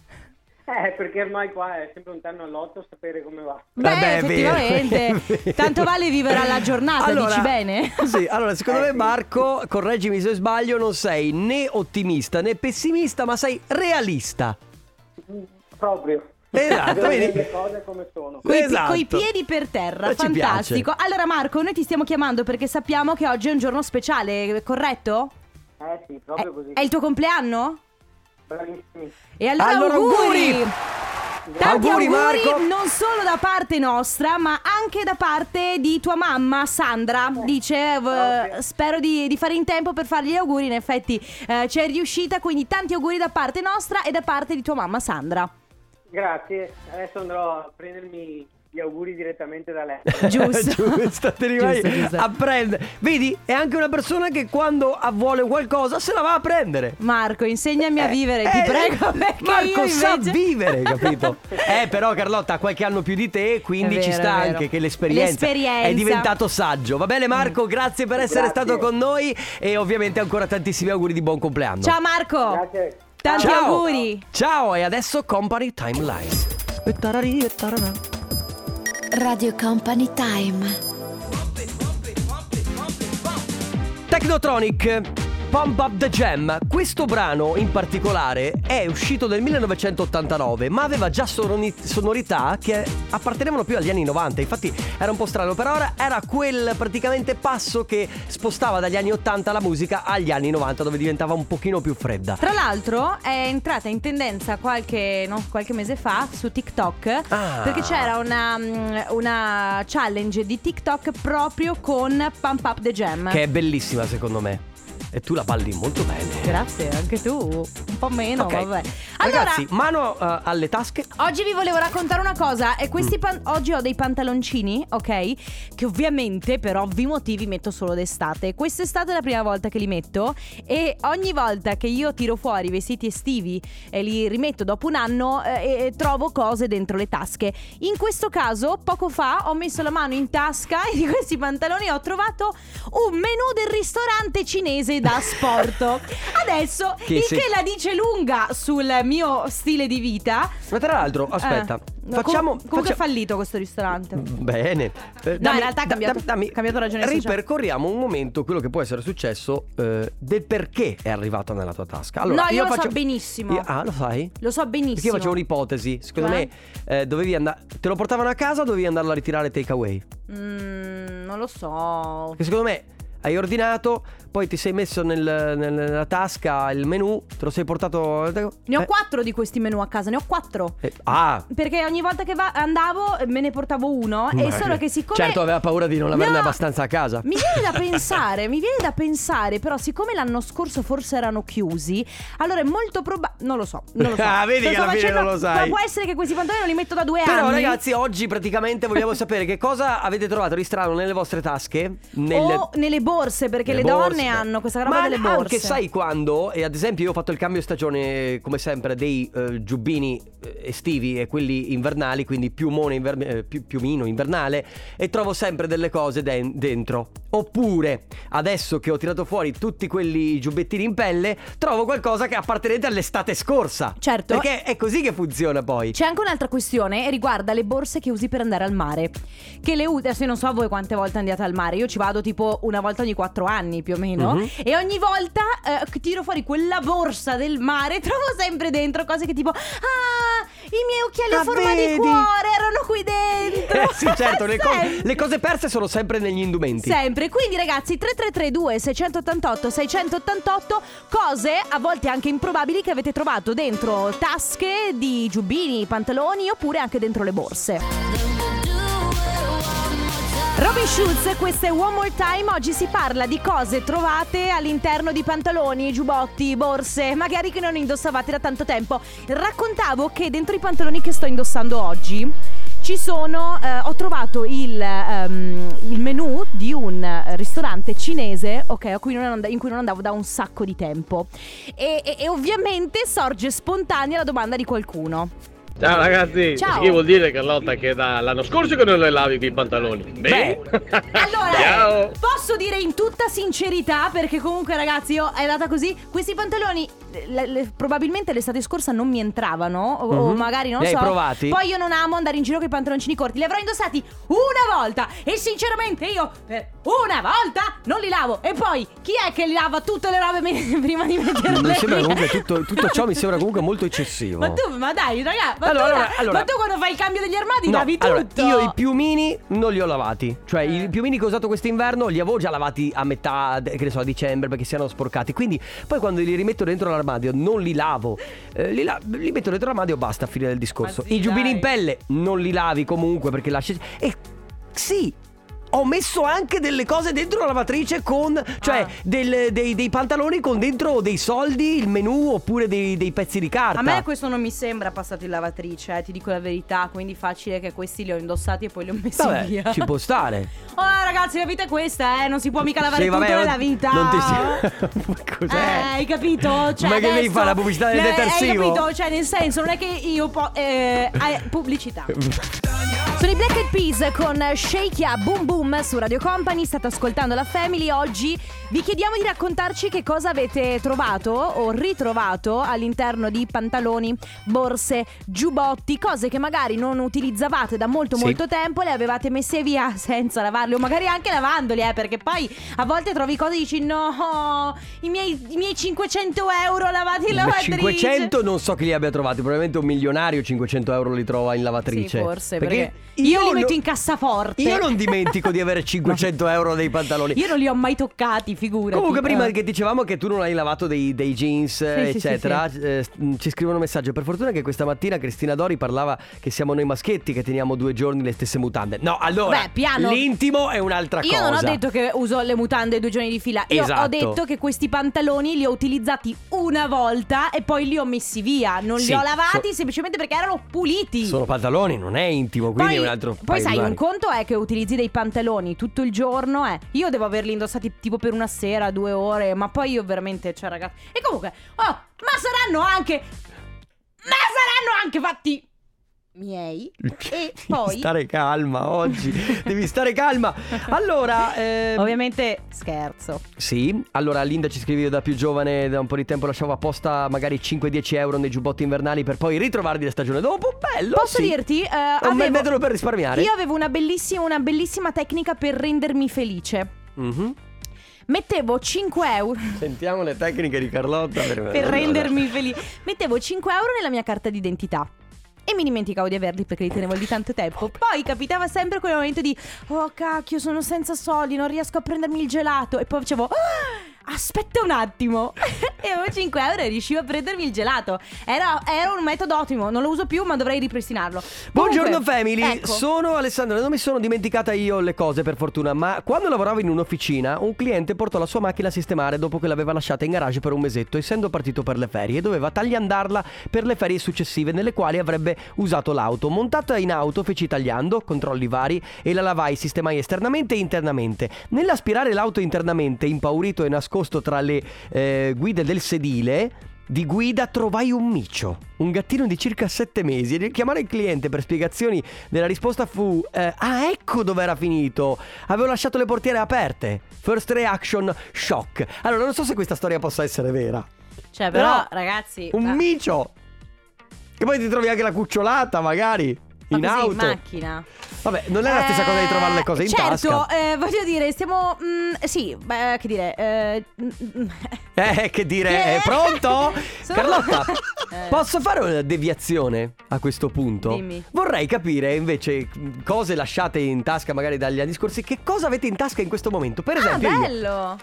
[SPEAKER 6] Eh, perché ormai qua è sempre un tanno all'otto sapere come va.
[SPEAKER 3] Beh,
[SPEAKER 2] Vabbè, è vero,
[SPEAKER 3] effettivamente.
[SPEAKER 2] è vero.
[SPEAKER 3] Tanto vale vivere alla giornata,
[SPEAKER 2] Allora,
[SPEAKER 3] dici bene?
[SPEAKER 2] Sì, allora secondo
[SPEAKER 6] Eh,
[SPEAKER 2] me
[SPEAKER 6] sì.
[SPEAKER 2] Marco, correggimi se sbaglio, non sei né ottimista né pessimista, ma sei realista.
[SPEAKER 6] Proprio.
[SPEAKER 2] Esatto,
[SPEAKER 6] Devo
[SPEAKER 2] vedi?
[SPEAKER 6] dire le cose come sono.
[SPEAKER 3] Coi, pi-
[SPEAKER 2] Esatto.
[SPEAKER 3] coi piedi per terra,
[SPEAKER 2] Eh, ci piace.
[SPEAKER 3] fantastico. Allora Marco, noi ti stiamo chiamando perché sappiamo che oggi è un giorno speciale, corretto?
[SPEAKER 6] Eh sì,
[SPEAKER 3] È,
[SPEAKER 6] proprio così.
[SPEAKER 3] è il tuo compleanno?
[SPEAKER 2] eh.
[SPEAKER 6] Bravissimi.
[SPEAKER 3] E allora,
[SPEAKER 2] Allora,
[SPEAKER 3] auguri!
[SPEAKER 2] auguri!
[SPEAKER 3] Tanti
[SPEAKER 2] Auguri,
[SPEAKER 3] auguri,
[SPEAKER 2] Marco!
[SPEAKER 3] non solo da parte nostra, ma anche da parte di tua mamma Sandra.
[SPEAKER 6] Eh.
[SPEAKER 3] Dice: eh, v- Spero di, di fare in tempo per fargli gli auguri. In effetti eh, ci è riuscita. Quindi, tanti auguri da parte nostra e da parte di tua mamma Sandra.
[SPEAKER 6] Grazie, adesso andrò a prendermi gli auguri direttamente da lei.
[SPEAKER 3] Giusto.
[SPEAKER 2] Eh, Giusto, ti rimani
[SPEAKER 3] Giusto, giusto.
[SPEAKER 2] a prendere. Vedi, è anche una persona che quando ha- vuole qualcosa se la va a prendere.
[SPEAKER 3] Marco, insegnami a
[SPEAKER 2] Eh,
[SPEAKER 3] vivere, ti
[SPEAKER 2] eh,
[SPEAKER 3] prego. perché
[SPEAKER 2] Marco
[SPEAKER 3] io
[SPEAKER 2] sa
[SPEAKER 3] invece-
[SPEAKER 2] vivere, capito? eh, però Carlotta ha qualche anno più di te, quindi
[SPEAKER 3] È
[SPEAKER 2] ci
[SPEAKER 3] vero,
[SPEAKER 2] sta
[SPEAKER 3] è vero.
[SPEAKER 2] anche che l'esperienza,
[SPEAKER 3] L'esperienza.
[SPEAKER 2] è diventato saggio. Va bene Marco, grazie per essere
[SPEAKER 6] Grazie.
[SPEAKER 2] stato con noi e ovviamente ancora tantissimi auguri di buon compleanno.
[SPEAKER 3] Ciao
[SPEAKER 2] Oh.
[SPEAKER 3] Marco,
[SPEAKER 6] Grazie.
[SPEAKER 3] tanti
[SPEAKER 2] Ciao.
[SPEAKER 3] auguri.
[SPEAKER 2] Ciao e adesso Company Timeline. E tararì, e tararà.
[SPEAKER 7] Radio Company Time.
[SPEAKER 2] Technotronic Pump Up the Jam. Questo brano in particolare è uscito nel 1989, ma aveva già sonori- sonorità che appartenevano più agli anni 90. Infatti era un po' strano, però era, era quel praticamente passo che spostava dagli anni 80 la musica agli anni 90, dove diventava un pochino più fredda.
[SPEAKER 3] Tra l'altro è entrata in tendenza qualche, no, qualche mese fa su TikTok
[SPEAKER 2] Ah.
[SPEAKER 3] perché c'era una, mm, una challenge di TikTok proprio con Pump Up the Jam.
[SPEAKER 2] Che è bellissima secondo me. E tu la balli molto bene.
[SPEAKER 3] Grazie, anche tu, un po' meno,
[SPEAKER 2] Ok.
[SPEAKER 3] vabbè. Allora,
[SPEAKER 2] Ragazzi, mano eh, alle tasche.
[SPEAKER 3] Oggi vi volevo raccontare una cosa. E
[SPEAKER 2] Mm.
[SPEAKER 3] questi pan- oggi ho dei pantaloncini, ok? Che ovviamente per ovvi motivi metto solo d'estate. Quest'estate è la prima volta che li metto. E ogni volta che io tiro fuori i vestiti estivi e li rimetto dopo un anno, eh, e trovo cose dentro le tasche. In questo caso, poco fa ho messo la mano in tasca e di questi pantaloni ho trovato un menù del ristorante cinese da sport. Adesso
[SPEAKER 2] Che
[SPEAKER 3] il
[SPEAKER 2] se-
[SPEAKER 3] che la dice lunga sul mio stile di vita.
[SPEAKER 2] Ma tra l'altro, aspetta,
[SPEAKER 3] Eh, no,
[SPEAKER 2] facciamo.
[SPEAKER 3] com- comunque
[SPEAKER 2] faccia- Mm,
[SPEAKER 3] è fallito questo ristorante.
[SPEAKER 2] Bene. Eh,
[SPEAKER 3] in realtà ha cambiato- ha cambiato ragione sociale.
[SPEAKER 2] Ripercorriamo un momento quello che può essere successo eh, del perché è arrivato nella tua tasca.
[SPEAKER 3] No, io lo so benissimo.
[SPEAKER 2] Io- ah, lo sai?
[SPEAKER 3] Lo so benissimo.
[SPEAKER 2] Perché io facevo un'ipotesi. Secondo
[SPEAKER 3] Cioè?
[SPEAKER 2] me eh, dovevi andare. Te lo portavano a casa o dovevi andarlo a ritirare take away?
[SPEAKER 3] Mm, non lo so.
[SPEAKER 2] Perché secondo me hai ordinato, poi ti sei messo nel- nel- nella tasca il menu, te lo sei portato.
[SPEAKER 3] Ne ho
[SPEAKER 2] Eh,
[SPEAKER 3] quattro di questi menu a casa, ne ho quattro.
[SPEAKER 2] eh, ah,
[SPEAKER 3] Perché ogni volta che va- andavo eh, me ne portavo uno.
[SPEAKER 2] Ma-
[SPEAKER 3] e solo che siccome.
[SPEAKER 2] Certo, aveva paura di non averne abbastanza a casa.
[SPEAKER 3] Mi viene da pensare, mi viene da pensare, però, siccome l'anno scorso forse erano chiusi, allora è molto probabile. Non lo so, non lo so.
[SPEAKER 2] Ah, vedi
[SPEAKER 3] Lo
[SPEAKER 2] che
[SPEAKER 3] sto
[SPEAKER 2] alla fine
[SPEAKER 3] facendo-
[SPEAKER 2] non lo sai.
[SPEAKER 3] Ma può essere che questi pantaloni non li metto da due
[SPEAKER 2] Però
[SPEAKER 3] anni.
[SPEAKER 2] ragazzi, oggi praticamente vogliamo sapere che cosa avete trovato di strano nelle vostre tasche. nelle-
[SPEAKER 3] O nelle borse, perché
[SPEAKER 2] nelle
[SPEAKER 3] le donne
[SPEAKER 2] borse.
[SPEAKER 3] hanno questa roba
[SPEAKER 2] Ma
[SPEAKER 3] delle borse.
[SPEAKER 2] anche sai quando, e ad esempio io ho fatto il cambio stagione come sempre dei eh, giubbini eh, estivi e quelli invernali, quindi piumone inver- eh, pi- piumino invernale e trovo sempre delle cose den- dentro. Oppure adesso che ho tirato fuori tutti quelli giubbettini in pelle, trovo qualcosa che è appartenente all'estate scorsa.
[SPEAKER 3] Certo.
[SPEAKER 2] Perché è così che funziona poi.
[SPEAKER 3] C'è anche un'altra questione e riguarda le borse che usi per andare al mare. Che le usi, adesso io non so voi quante volte andate al mare, io ci vado tipo una volta ogni quattro anni più o meno.
[SPEAKER 2] Mhm.
[SPEAKER 3] E ogni volta eh, tiro fuori quella borsa del mare, trovo sempre dentro cose che tipo, ah, i miei occhiali
[SPEAKER 2] Ah,
[SPEAKER 3] a forma
[SPEAKER 2] vedi?"
[SPEAKER 3] di cuore erano qui dentro.
[SPEAKER 2] Eh, sì, certo, le, co-
[SPEAKER 3] Sempre.
[SPEAKER 2] le cose perse sono sempre negli indumenti.
[SPEAKER 3] Sempre, quindi ragazzi 3332 688 688 cose a volte anche improbabili che avete trovato dentro tasche di giubbini, pantaloni oppure anche dentro le borse. Robin Schulz, questo è One More Time, oggi si parla di cose trovate all'interno di pantaloni, giubbotti, borse, magari che non indossavate da tanto tempo. Raccontavo che dentro i pantaloni che sto indossando oggi ci sono, eh, ho trovato il, ehm, il menù di un eh, ristorante cinese, ok, a cui non and- in cui non andavo da un sacco di tempo. E, e- e ovviamente sorge spontanea la domanda di qualcuno.
[SPEAKER 8] Ciao ragazzi,
[SPEAKER 3] Ciao.
[SPEAKER 8] che vuol dire Carlotta che dall'anno scorso che non le lavi quei pantaloni? Beh,
[SPEAKER 3] Allora,
[SPEAKER 8] ciao.
[SPEAKER 3] posso dire in tutta sincerità, perché comunque ragazzi, io è andata così, questi pantaloni eh, le- le- probabilmente l'estate scorsa non mi entravano, o, o
[SPEAKER 2] Mhm.
[SPEAKER 3] magari non
[SPEAKER 2] Li hai
[SPEAKER 3] so.
[SPEAKER 2] provati?
[SPEAKER 3] Poi io non amo andare in giro con i pantaloncini corti, li avrò indossati una volta e sinceramente io per una volta non li lavo. E poi chi è che lava tutte le robe me- prima di metterle
[SPEAKER 2] Mi sembra
[SPEAKER 3] lì?
[SPEAKER 2] comunque tutto- tutto ciò mi sembra comunque molto eccessivo.
[SPEAKER 3] Ma tu, ma dai, raga, ma,
[SPEAKER 2] Allora,
[SPEAKER 3] tu,
[SPEAKER 2] allora, allora.
[SPEAKER 3] ma tu quando fai il cambio degli armadi
[SPEAKER 2] No,
[SPEAKER 3] lavi
[SPEAKER 2] allora,
[SPEAKER 3] tutto. Eh.
[SPEAKER 2] io i piumini non li ho lavati. Cioè, i piumini che ho usato quest'inverno li avevo già lavati a metà, de- che ne so, a dicembre perché si erano sporcati. Quindi, poi quando li rimetto dentro l'armadio, non li lavo. Eh, li, la- li metto dentro l'armadio e basta, fine del discorso.
[SPEAKER 3] Ma sì,
[SPEAKER 2] I giubbini
[SPEAKER 3] dai.
[SPEAKER 2] in pelle non li lavi comunque perché lasci. E sì. Ho messo anche delle cose dentro la lavatrice con, cioè,
[SPEAKER 3] Ah.
[SPEAKER 2] del- dei, dei pantaloni con dentro dei soldi, il menù oppure dei, dei pezzi di carta.
[SPEAKER 3] A me questo non mi sembra passato in lavatrice, eh, ti dico la verità, quindi facile che questi li ho indossati e poi li ho messi
[SPEAKER 2] Vabbè,
[SPEAKER 3] via.
[SPEAKER 2] ci può stare.
[SPEAKER 3] Oh ragazzi, la vita è questa, eh, non si può mica lavare
[SPEAKER 2] Sì,
[SPEAKER 3] tutto
[SPEAKER 2] vabbè, non-
[SPEAKER 3] nella vita.
[SPEAKER 2] Non ti si... Cos'è?
[SPEAKER 3] Eh, hai capito? Cioè,
[SPEAKER 2] Ma che devi
[SPEAKER 3] adesso-
[SPEAKER 2] fare la pubblicità del
[SPEAKER 3] Eh,
[SPEAKER 2] detersivo?
[SPEAKER 3] Hai capito? Cioè, nel senso, non è che io po- eh, eh, pubblicità. Sono i Black Eyed Peas con Shake Ya Boom Boom su Radio Company, state ascoltando la Family oggi. Vi chiediamo di raccontarci che cosa avete trovato o ritrovato all'interno di pantaloni, borse, giubbotti, cose che magari non utilizzavate da molto
[SPEAKER 2] Sì.
[SPEAKER 3] molto tempo, le avevate messe via senza lavarle o magari anche lavandoli, eh, perché poi a volte trovi cose e dici no, i miei, i miei 500 euro lavati in lavatrice.
[SPEAKER 2] 500 non so chi li abbia trovati, probabilmente un milionario 500 euro li trova in
[SPEAKER 3] Sì,
[SPEAKER 2] lavatrice.
[SPEAKER 3] forse, perché io li
[SPEAKER 2] no-
[SPEAKER 3] metto in cassaforte.
[SPEAKER 2] Io non dimentico di avere 500 euro dei pantaloni.
[SPEAKER 3] Io non li ho mai toccati, figurati.
[SPEAKER 2] Comunque, prima
[SPEAKER 3] Eh.
[SPEAKER 2] che dicevamo che tu non hai lavato dei, dei jeans,
[SPEAKER 3] sì,
[SPEAKER 2] eccetera, eh, mm, ci scrivono un messaggio. Per fortuna che questa mattina Cristina Dori parlava che siamo noi maschietti che teniamo due giorni le stesse mutande. No, allora,
[SPEAKER 3] Beh, piano.
[SPEAKER 2] l'intimo è un'altra
[SPEAKER 3] Io
[SPEAKER 2] cosa.
[SPEAKER 3] non ho detto che uso le mutande due giorni di fila. Io
[SPEAKER 2] Esatto.
[SPEAKER 3] ho detto che questi pantaloni li ho utilizzati una volta e poi li ho messi via. Non
[SPEAKER 2] Sì,
[SPEAKER 3] li ho lavati
[SPEAKER 2] so-
[SPEAKER 3] semplicemente perché erano puliti.
[SPEAKER 2] Sono pantaloni, non è intimo, quindi è un altro
[SPEAKER 3] poi
[SPEAKER 2] paio di
[SPEAKER 3] sai, un
[SPEAKER 2] mani.
[SPEAKER 3] conto è che utilizzi dei pantaloni tutto il giorno. Eh. Io devo averli indossati tipo per una sera, due ore. Ma poi io veramente, cioè, ragazzi. E comunque, oh, ma saranno anche. Ma saranno anche fatti miei e poi...
[SPEAKER 2] Devi stare calma oggi. Devi stare calma. Allora, eh,
[SPEAKER 3] Ovviamente scherzo.
[SPEAKER 2] Sì, allora Linda ci scrive io da più giovane, da un po' di tempo lasciavo apposta magari 5-10 euro nei giubbotti invernali per poi ritrovarli la stagione dopo. Bello!
[SPEAKER 3] Posso
[SPEAKER 2] sì.
[SPEAKER 3] dirti? eh,
[SPEAKER 2] È un bel
[SPEAKER 3] avevo-
[SPEAKER 2] metodo per risparmiare.
[SPEAKER 3] Io avevo una bellissima, una bellissima tecnica per rendermi felice.
[SPEAKER 2] Mhm.
[SPEAKER 3] Mettevo 5 euro
[SPEAKER 2] Sentiamo le tecniche di Carlotta per,
[SPEAKER 3] per rendermi felice. Mettevo 5 euro nella mia carta d'identità. E mi dimenticavo di averli perché li tenevo lì tanto tempo. Poi capitava sempre quel momento di Oh cacchio, sono senza soldi, non riesco a prendermi il gelato. E poi facevo "Ah, Aspetta un attimo. e avevo 5 euro e riuscivo a prendermi il gelato. Era, era un metodo ottimo, non lo uso più, ma dovrei ripristinarlo.
[SPEAKER 2] Buongiorno
[SPEAKER 3] Comunque,
[SPEAKER 2] family,
[SPEAKER 3] ecco.
[SPEAKER 2] sono Alessandro, non mi sono dimenticata io le cose per fortuna, ma quando lavoravo in un'officina un cliente portò la sua macchina a sistemare dopo che l'aveva lasciata in garage per un mesetto, essendo partito per le ferie, doveva tagliandarla per le ferie successive nelle quali avrebbe usato l'auto. Montata in auto feci tagliando, controlli vari e la lavai, sistemai esternamente e internamente. Nell'aspirare l'auto internamente, impaurito e nascosto tra le eh, guide del sedile, di guida trovai un micio, un gattino di circa 7 mesi e nel chiamare il cliente per spiegazioni della risposta fu eh, Ah ecco dove era finito, avevo lasciato le portiere aperte First reaction, shock Allora non so se questa storia possa essere vera
[SPEAKER 3] Cioè, però,
[SPEAKER 2] Però,
[SPEAKER 3] ragazzi.
[SPEAKER 2] Un
[SPEAKER 3] ah,
[SPEAKER 2] micio Che poi ti trovi anche la cucciolata magari
[SPEAKER 3] ma
[SPEAKER 2] in
[SPEAKER 3] così,
[SPEAKER 2] auto
[SPEAKER 3] macchina.
[SPEAKER 2] Vabbè non è la stessa cosa di trovare le cose in
[SPEAKER 3] certo,
[SPEAKER 2] tasca
[SPEAKER 3] eh, voglio dire, stiamo. mm, sì, beh, che dire. eh, mm, mm.
[SPEAKER 2] Eh, che dire, è
[SPEAKER 3] Eh.
[SPEAKER 2] pronto?
[SPEAKER 3] Sono-
[SPEAKER 2] Carlotta,
[SPEAKER 3] Eh.
[SPEAKER 2] posso fare una deviazione a questo punto?
[SPEAKER 3] Dimmi.
[SPEAKER 2] Vorrei capire invece cose lasciate in tasca magari dagli anni scorsi, che cosa avete in tasca in questo momento? Per
[SPEAKER 3] Ah,
[SPEAKER 2] esempio, io,
[SPEAKER 3] bello!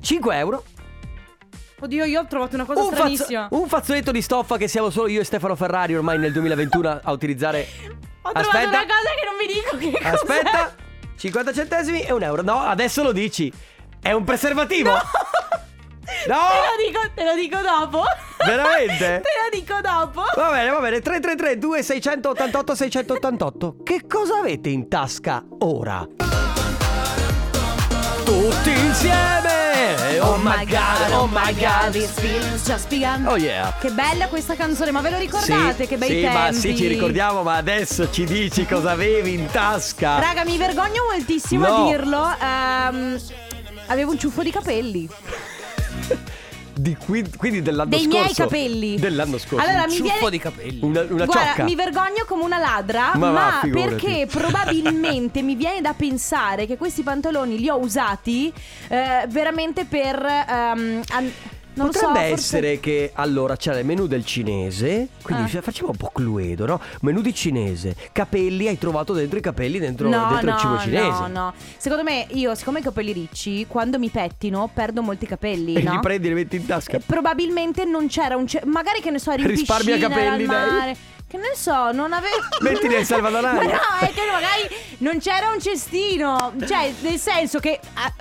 [SPEAKER 2] 5 euro,
[SPEAKER 3] Oddio, io ho trovato una cosa
[SPEAKER 2] un, fazzo-
[SPEAKER 3] stranissima.
[SPEAKER 2] un fazzoletto di stoffa che siamo solo io e Stefano Ferrari ormai nel 2021 a utilizzare.
[SPEAKER 3] Ho trovato
[SPEAKER 2] Aspetta.
[SPEAKER 3] una cosa che non vi dico che cos'è.
[SPEAKER 2] Aspetta, 50 centesimi e un euro. No, adesso lo dici. È un preservativo. No!
[SPEAKER 3] Te lo dico, te lo dico dopo.
[SPEAKER 2] Veramente?
[SPEAKER 3] te lo dico dopo.
[SPEAKER 2] Va bene, va bene. 333 2688 688. Che cosa avete in tasca ora? Tutti insieme! Oh my god, oh my god.
[SPEAKER 3] feeling's just begun.
[SPEAKER 2] Oh yeah.
[SPEAKER 3] Che bella questa canzone, ma ve lo ricordate?
[SPEAKER 2] Sì,
[SPEAKER 3] che bei
[SPEAKER 2] sì,
[SPEAKER 3] tempi.
[SPEAKER 2] ma sì, ci ricordiamo, ma adesso ci dici cosa avevi in tasca.
[SPEAKER 3] Raga, mi vergogno moltissimo
[SPEAKER 2] No.
[SPEAKER 3] a dirlo. ehm, avevo un ciuffo di capelli.
[SPEAKER 2] Di qui- quindi dell'anno
[SPEAKER 3] Dei
[SPEAKER 2] scorso.
[SPEAKER 3] miei capelli.
[SPEAKER 2] Dell'anno scorso.
[SPEAKER 3] Allora, mi viene...
[SPEAKER 9] capelli.
[SPEAKER 2] Una, una
[SPEAKER 3] Guarda,
[SPEAKER 2] ciocca.
[SPEAKER 3] mi vergogno come una ladra, ma,
[SPEAKER 2] Ma va, figurati.
[SPEAKER 3] perché probabilmente mi viene da pensare che questi pantaloni li ho usati eh, veramente per... ehm, an- non lo so,
[SPEAKER 2] Potrebbe
[SPEAKER 3] forse-
[SPEAKER 2] essere che allora c'era il menù del cinese, quindi
[SPEAKER 3] Ah.
[SPEAKER 2] se- facciamo un po' cluedo, no? Menù di cinese, capelli, hai trovato dentro i capelli dentro,
[SPEAKER 3] No,
[SPEAKER 2] dentro
[SPEAKER 3] no,
[SPEAKER 2] il cibo cinese.
[SPEAKER 3] no, no. Secondo me, io, siccome ho i capelli ricci, quando mi pettino perdo molti capelli,
[SPEAKER 2] E
[SPEAKER 3] no?
[SPEAKER 2] li prendi e li metti in tasca.
[SPEAKER 3] Eh, Probabilmente non c'era un... ce- magari che ne so, eri in
[SPEAKER 2] Risparmia
[SPEAKER 3] piscina, eri
[SPEAKER 2] capelli,
[SPEAKER 3] al
[SPEAKER 2] lei.
[SPEAKER 3] mare. Che ne so, non avevo...
[SPEAKER 2] Metti nel salvadanaio.
[SPEAKER 3] Ma no, è che magari non c'era un cestino. Cioè, nel senso che... ah,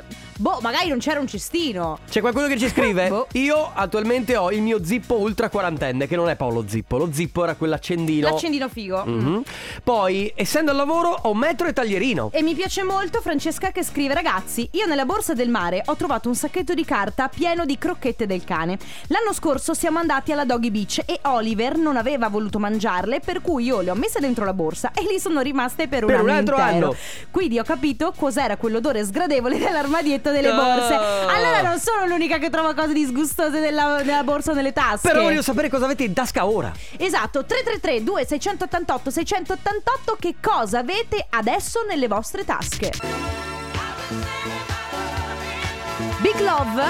[SPEAKER 3] boh, magari non c'era un cestino.
[SPEAKER 2] C'è qualcuno che ci scrive?
[SPEAKER 3] Boh.
[SPEAKER 2] Io attualmente ho il mio zippo ultra quarantenne, che non è Paolo Zippo. Lo zippo era quell'accendino.
[SPEAKER 3] L'accendino figo.
[SPEAKER 2] Mhm. Poi, essendo al lavoro, ho metro e taglierino.
[SPEAKER 3] E mi piace molto Francesca che scrive Ragazzi, io nella borsa del mare ho trovato un sacchetto di carta pieno di crocchette del cane L'anno scorso siamo andati alla Doggy Beach e Oliver non aveva voluto mangiarle Per cui io le ho messe dentro la borsa e lì sono rimaste per un,
[SPEAKER 2] Per
[SPEAKER 3] anno
[SPEAKER 2] un altro
[SPEAKER 3] intero.
[SPEAKER 2] anno.
[SPEAKER 3] Quindi ho capito cos'era quell'odore sgradevole dell'armadietto delle borse
[SPEAKER 2] Ah.
[SPEAKER 3] Allora non sono l'unica che trova cose disgustose nella, nella borsa o nelle tasche
[SPEAKER 2] Però voglio sapere cosa avete in tasca ora.
[SPEAKER 3] Esatto, 333 2688 688 che cosa avete adesso nelle vostre tasche? Big Love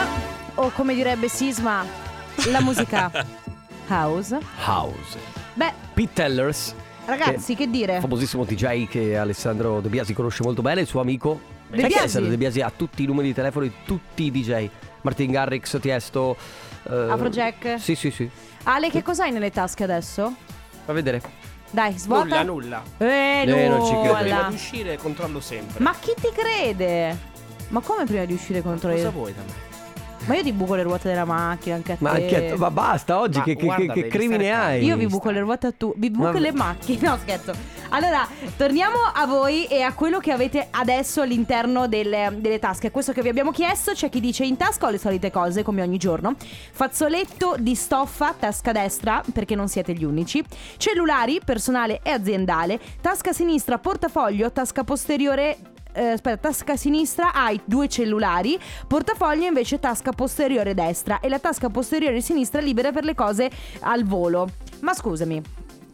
[SPEAKER 3] o come direbbe Sisma la musica house.
[SPEAKER 2] House.
[SPEAKER 3] Beh,
[SPEAKER 2] Pete Tellers.
[SPEAKER 3] ragazzi, che, dire?
[SPEAKER 2] famosissimo DJ che Alessandro De Biasi conosce molto bene, il suo amico.
[SPEAKER 3] De
[SPEAKER 2] Sai che
[SPEAKER 3] Biasi?
[SPEAKER 2] Alessandro De Biasi ha tutti i numeri di telefono di tutti i DJ. Martin Garrix, Tiesto. eh,
[SPEAKER 3] Afrojack.
[SPEAKER 2] Sì, sì, sì.
[SPEAKER 3] Ale, che cosa hai nelle tasche adesso?
[SPEAKER 2] Fa vedere.
[SPEAKER 3] Dai, svuota.
[SPEAKER 9] Nulla, nulla.
[SPEAKER 3] Eh,
[SPEAKER 2] Eh, non ci credo.
[SPEAKER 9] Prima
[SPEAKER 3] nulla.
[SPEAKER 9] di uscire controllo sempre.
[SPEAKER 3] Ma chi ti crede? Ma come prima di uscire contro
[SPEAKER 9] cosa
[SPEAKER 3] il...
[SPEAKER 9] vuoi da me?
[SPEAKER 3] Ma io ti buco le ruote della macchina, anche a
[SPEAKER 2] Ma,
[SPEAKER 3] te.
[SPEAKER 2] anche- ma basta oggi,
[SPEAKER 9] Ma
[SPEAKER 2] che, che-
[SPEAKER 9] guarda,
[SPEAKER 2] che- che
[SPEAKER 9] devi
[SPEAKER 2] crimine
[SPEAKER 9] stare
[SPEAKER 2] hai?
[SPEAKER 9] calmo.
[SPEAKER 3] Io vi buco le ruote a tu. Vi buco
[SPEAKER 2] Ma-
[SPEAKER 3] le macchine. No, scherzo. Allora, torniamo a voi e a quello che avete adesso all'interno delle, delle tasche. Questo che vi abbiamo chiesto, c'è chi dice in tasca ho le solite cose, come ogni giorno. Fazzoletto di stoffa, tasca destra, perché non siete gli unici. Cellulari, personale e aziendale. Tasca sinistra, portafoglio, tasca posteriore... eh, aspetta, tasca sinistra hai due cellulari, portafoglio invece tasca posteriore destra e la tasca posteriore sinistra è libera per le cose al volo. Ma scusami,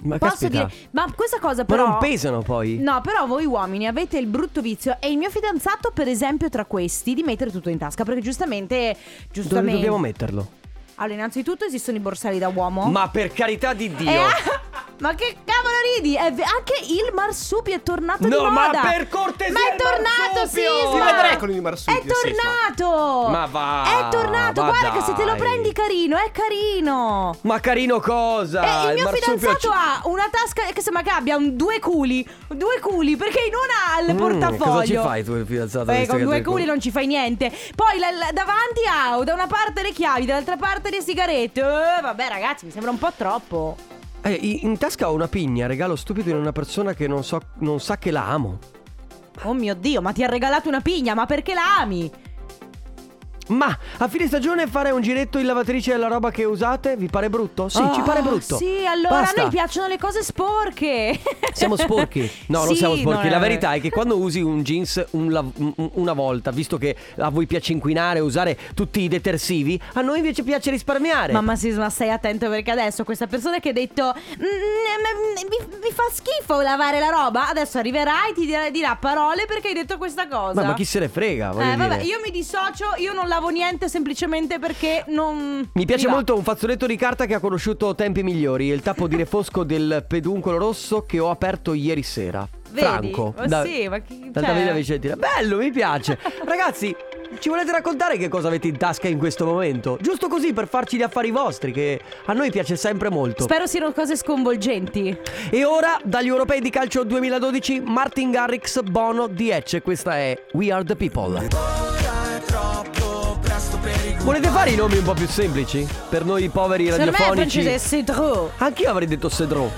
[SPEAKER 2] Ma
[SPEAKER 3] Posso
[SPEAKER 2] caspita.
[SPEAKER 3] dire, ma questa cosa
[SPEAKER 2] Ma
[SPEAKER 3] però.
[SPEAKER 2] non pesano poi?
[SPEAKER 3] No, però voi uomini avete il brutto vizio. E il mio fidanzato, per esempio, tra questi, di mettere tutto in tasca. Perché giustamente.
[SPEAKER 2] Dove
[SPEAKER 3] giustamente
[SPEAKER 2] dobbiamo metterlo?
[SPEAKER 3] Allora, innanzitutto esistono i borsali da uomo.
[SPEAKER 2] Ma per carità di Dio!
[SPEAKER 3] Eh, ma che cavolo ridi? È ve- anche il marsupio è tornato di
[SPEAKER 2] No, ma
[SPEAKER 3] moda.
[SPEAKER 2] per cortesia,
[SPEAKER 3] Ma è
[SPEAKER 2] il
[SPEAKER 3] tornato,
[SPEAKER 2] marsupio!
[SPEAKER 3] Sisma!
[SPEAKER 9] Si vedrai con il marsupio,
[SPEAKER 3] È tornato!
[SPEAKER 2] Ma va,
[SPEAKER 3] È tornato,
[SPEAKER 2] ma
[SPEAKER 3] guarda che se te lo
[SPEAKER 2] dai.
[SPEAKER 3] prendi carino, è carino!
[SPEAKER 2] Ma carino cosa?
[SPEAKER 3] E Eh, il mio
[SPEAKER 2] marsupio
[SPEAKER 3] fidanzato
[SPEAKER 2] ci-
[SPEAKER 3] ha una tasca che sembra che abbia un- due culi, due culi perché in una ha il
[SPEAKER 2] Mm,
[SPEAKER 3] portafoglio.
[SPEAKER 2] Cosa ci fai tu, il fidanzato?
[SPEAKER 3] Eh,
[SPEAKER 2] visto
[SPEAKER 3] con
[SPEAKER 2] che
[SPEAKER 3] due
[SPEAKER 2] tu-
[SPEAKER 3] culi non ci fai niente. Poi la- la- davanti ha da una parte le chiavi, dall'altra parte le sigarette. Eh, vabbè, ragazzi, mi sembra un po' troppo.
[SPEAKER 2] Eh, i- in tasca ho una pigna, regalo stupido in una persona che non, so, non sa che la amo.
[SPEAKER 3] Oh mio dio, ma ti ha regalato una pigna, ma perché la ami?
[SPEAKER 2] Ma a fine stagione fare un giretto in lavatrice della roba che usate vi pare brutto? Sì,
[SPEAKER 3] Oh,
[SPEAKER 2] ci pare brutto.
[SPEAKER 3] Sì, allora
[SPEAKER 2] Basta.
[SPEAKER 3] a noi piacciono le cose sporche.
[SPEAKER 2] Siamo sporchi? No, non
[SPEAKER 3] Sì,
[SPEAKER 2] siamo sporchi.
[SPEAKER 3] no, eh.
[SPEAKER 2] La
[SPEAKER 3] no, no.
[SPEAKER 2] verità è che quando usi un jeans un la- un- una volta, visto che a voi piace inquinare e usare tutti i detersivi, a noi invece piace risparmiare.
[SPEAKER 3] Mamma Sisma, stai attento perché adesso questa persona che ha detto "Mm, mm, mi, mi fa schifo lavare la roba, adesso arriverà e ti dirà, dirà parole perché hai detto questa cosa.
[SPEAKER 2] Ma, ma chi se ne frega? voglio
[SPEAKER 3] eh, vabbè,
[SPEAKER 2] dire.
[SPEAKER 3] io mi dissocio, io non lavo niente semplicemente perché non.
[SPEAKER 2] Mi piace
[SPEAKER 3] va.
[SPEAKER 2] molto un fazzoletto di carta che ha conosciuto tempi migliori, il tappo di refosco del peduncolo rosso che ho aperto ieri sera.
[SPEAKER 3] Vedi?
[SPEAKER 2] Franco.
[SPEAKER 3] Ma sì, ma chi-
[SPEAKER 2] da
[SPEAKER 3] cioè-
[SPEAKER 2] Davide Vicentina. Bello, mi piace. Ragazzi, ci volete raccontare che cosa avete in tasca in questo momento? Giusto così per farci gli affari vostri che a noi piace sempre molto.
[SPEAKER 3] Spero siano cose sconvolgenti.
[SPEAKER 2] e ora dagli europei di calcio 2012 Martin Garrix Bono Diece, questa è We Are the People. Volete fare i nomi un po' più semplici? Per noi poveri
[SPEAKER 3] Secondo me è Mm.
[SPEAKER 2] radiofonici.
[SPEAKER 3] francese Citro.
[SPEAKER 2] Anch'io avrei detto Cedro.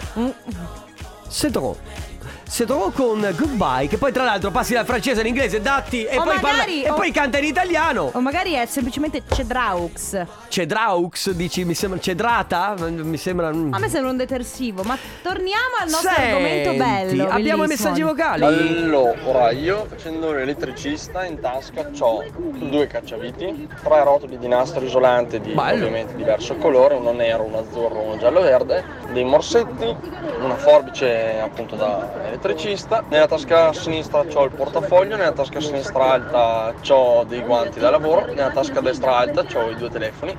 [SPEAKER 2] Cedro. Cedro con goodbye, che poi tra l'altro passi dal francese all'inglese, datti, e,
[SPEAKER 3] O
[SPEAKER 2] poi, parla-
[SPEAKER 3] magari-
[SPEAKER 2] e
[SPEAKER 3] o-
[SPEAKER 2] poi canta in italiano.
[SPEAKER 3] O magari è semplicemente Cedraux. A
[SPEAKER 2] Cedraux, dici, mi sembra. Cedrata? Mi sembra. mm.
[SPEAKER 3] me sembra un detersivo, ma torniamo al nostro
[SPEAKER 2] Senti,
[SPEAKER 3] argomento bello.
[SPEAKER 2] Abbiamo i
[SPEAKER 3] bellissimo.
[SPEAKER 2] messaggi vocali.
[SPEAKER 10] Allora, io facendo l'elettricista in tasca ho due cacciaviti, tre rotoli di nastro isolante di
[SPEAKER 2] Bello.
[SPEAKER 10] ovviamente diverso colore, uno nero, uno azzurro, uno giallo-verde, dei morsetti, una forbice appunto da elettricista, nella tasca sinistra ho il portafoglio, nella tasca sinistra alta ho dei guanti da lavoro, nella tasca destra alta ho i due telefoni.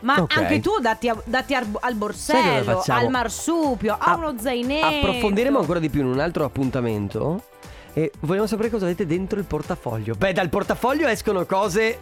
[SPEAKER 3] Ma
[SPEAKER 2] Ok.
[SPEAKER 3] anche tu datti, a- datti al, al
[SPEAKER 2] Sai cosa
[SPEAKER 3] borsello,
[SPEAKER 2] facciamo?
[SPEAKER 3] al marsupio, a,
[SPEAKER 2] A-
[SPEAKER 3] uno zainetto.
[SPEAKER 2] Ah, Approfondiremo ancora di più in un altro appuntamento. E vogliamo sapere cosa avete dentro il portafoglio. Beh, dal portafoglio escono cose.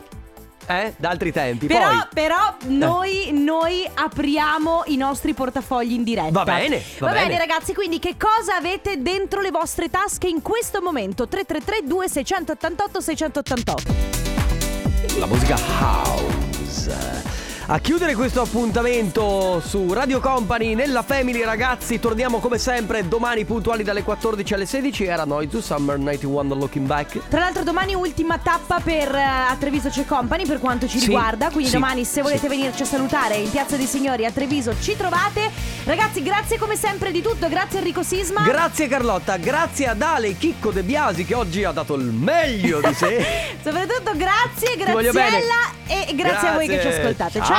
[SPEAKER 2] Eh? Da altri tempi.
[SPEAKER 3] Però,
[SPEAKER 2] Poi. Eh.
[SPEAKER 3] però noi, noi apriamo i nostri portafogli in diretta.
[SPEAKER 2] Va bene, va
[SPEAKER 3] bene.
[SPEAKER 2] bene.
[SPEAKER 3] ragazzi, quindi che cosa avete dentro le vostre tasche in questo momento? 333 2688 688.
[SPEAKER 2] eh, la musica house. A chiudere questo appuntamento su Radio Company nella Family ragazzi, torniamo come sempre domani puntuali dalle 14 alle 16 era Noizu Summer 91 Looking Back.
[SPEAKER 3] Tra l'altro domani ultima tappa per eh, a Treviso c'è Company per quanto ci
[SPEAKER 2] Sì,
[SPEAKER 3] riguarda, quindi
[SPEAKER 2] sì,
[SPEAKER 3] domani se volete
[SPEAKER 2] sì.
[SPEAKER 3] venirci a salutare in Piazza dei Signori a Treviso ci trovate. Ragazzi, grazie come sempre di tutto, grazie Enrico Sisma.
[SPEAKER 2] Grazie Carlotta, grazie ad Ale Chicco De Biasi che oggi ha dato il meglio di sé.
[SPEAKER 3] Soprattutto grazie,
[SPEAKER 2] Ti voglio bene.
[SPEAKER 3] Graziella e grazie, a voi che ci
[SPEAKER 2] Grazie.
[SPEAKER 3] ascoltate. Ciao.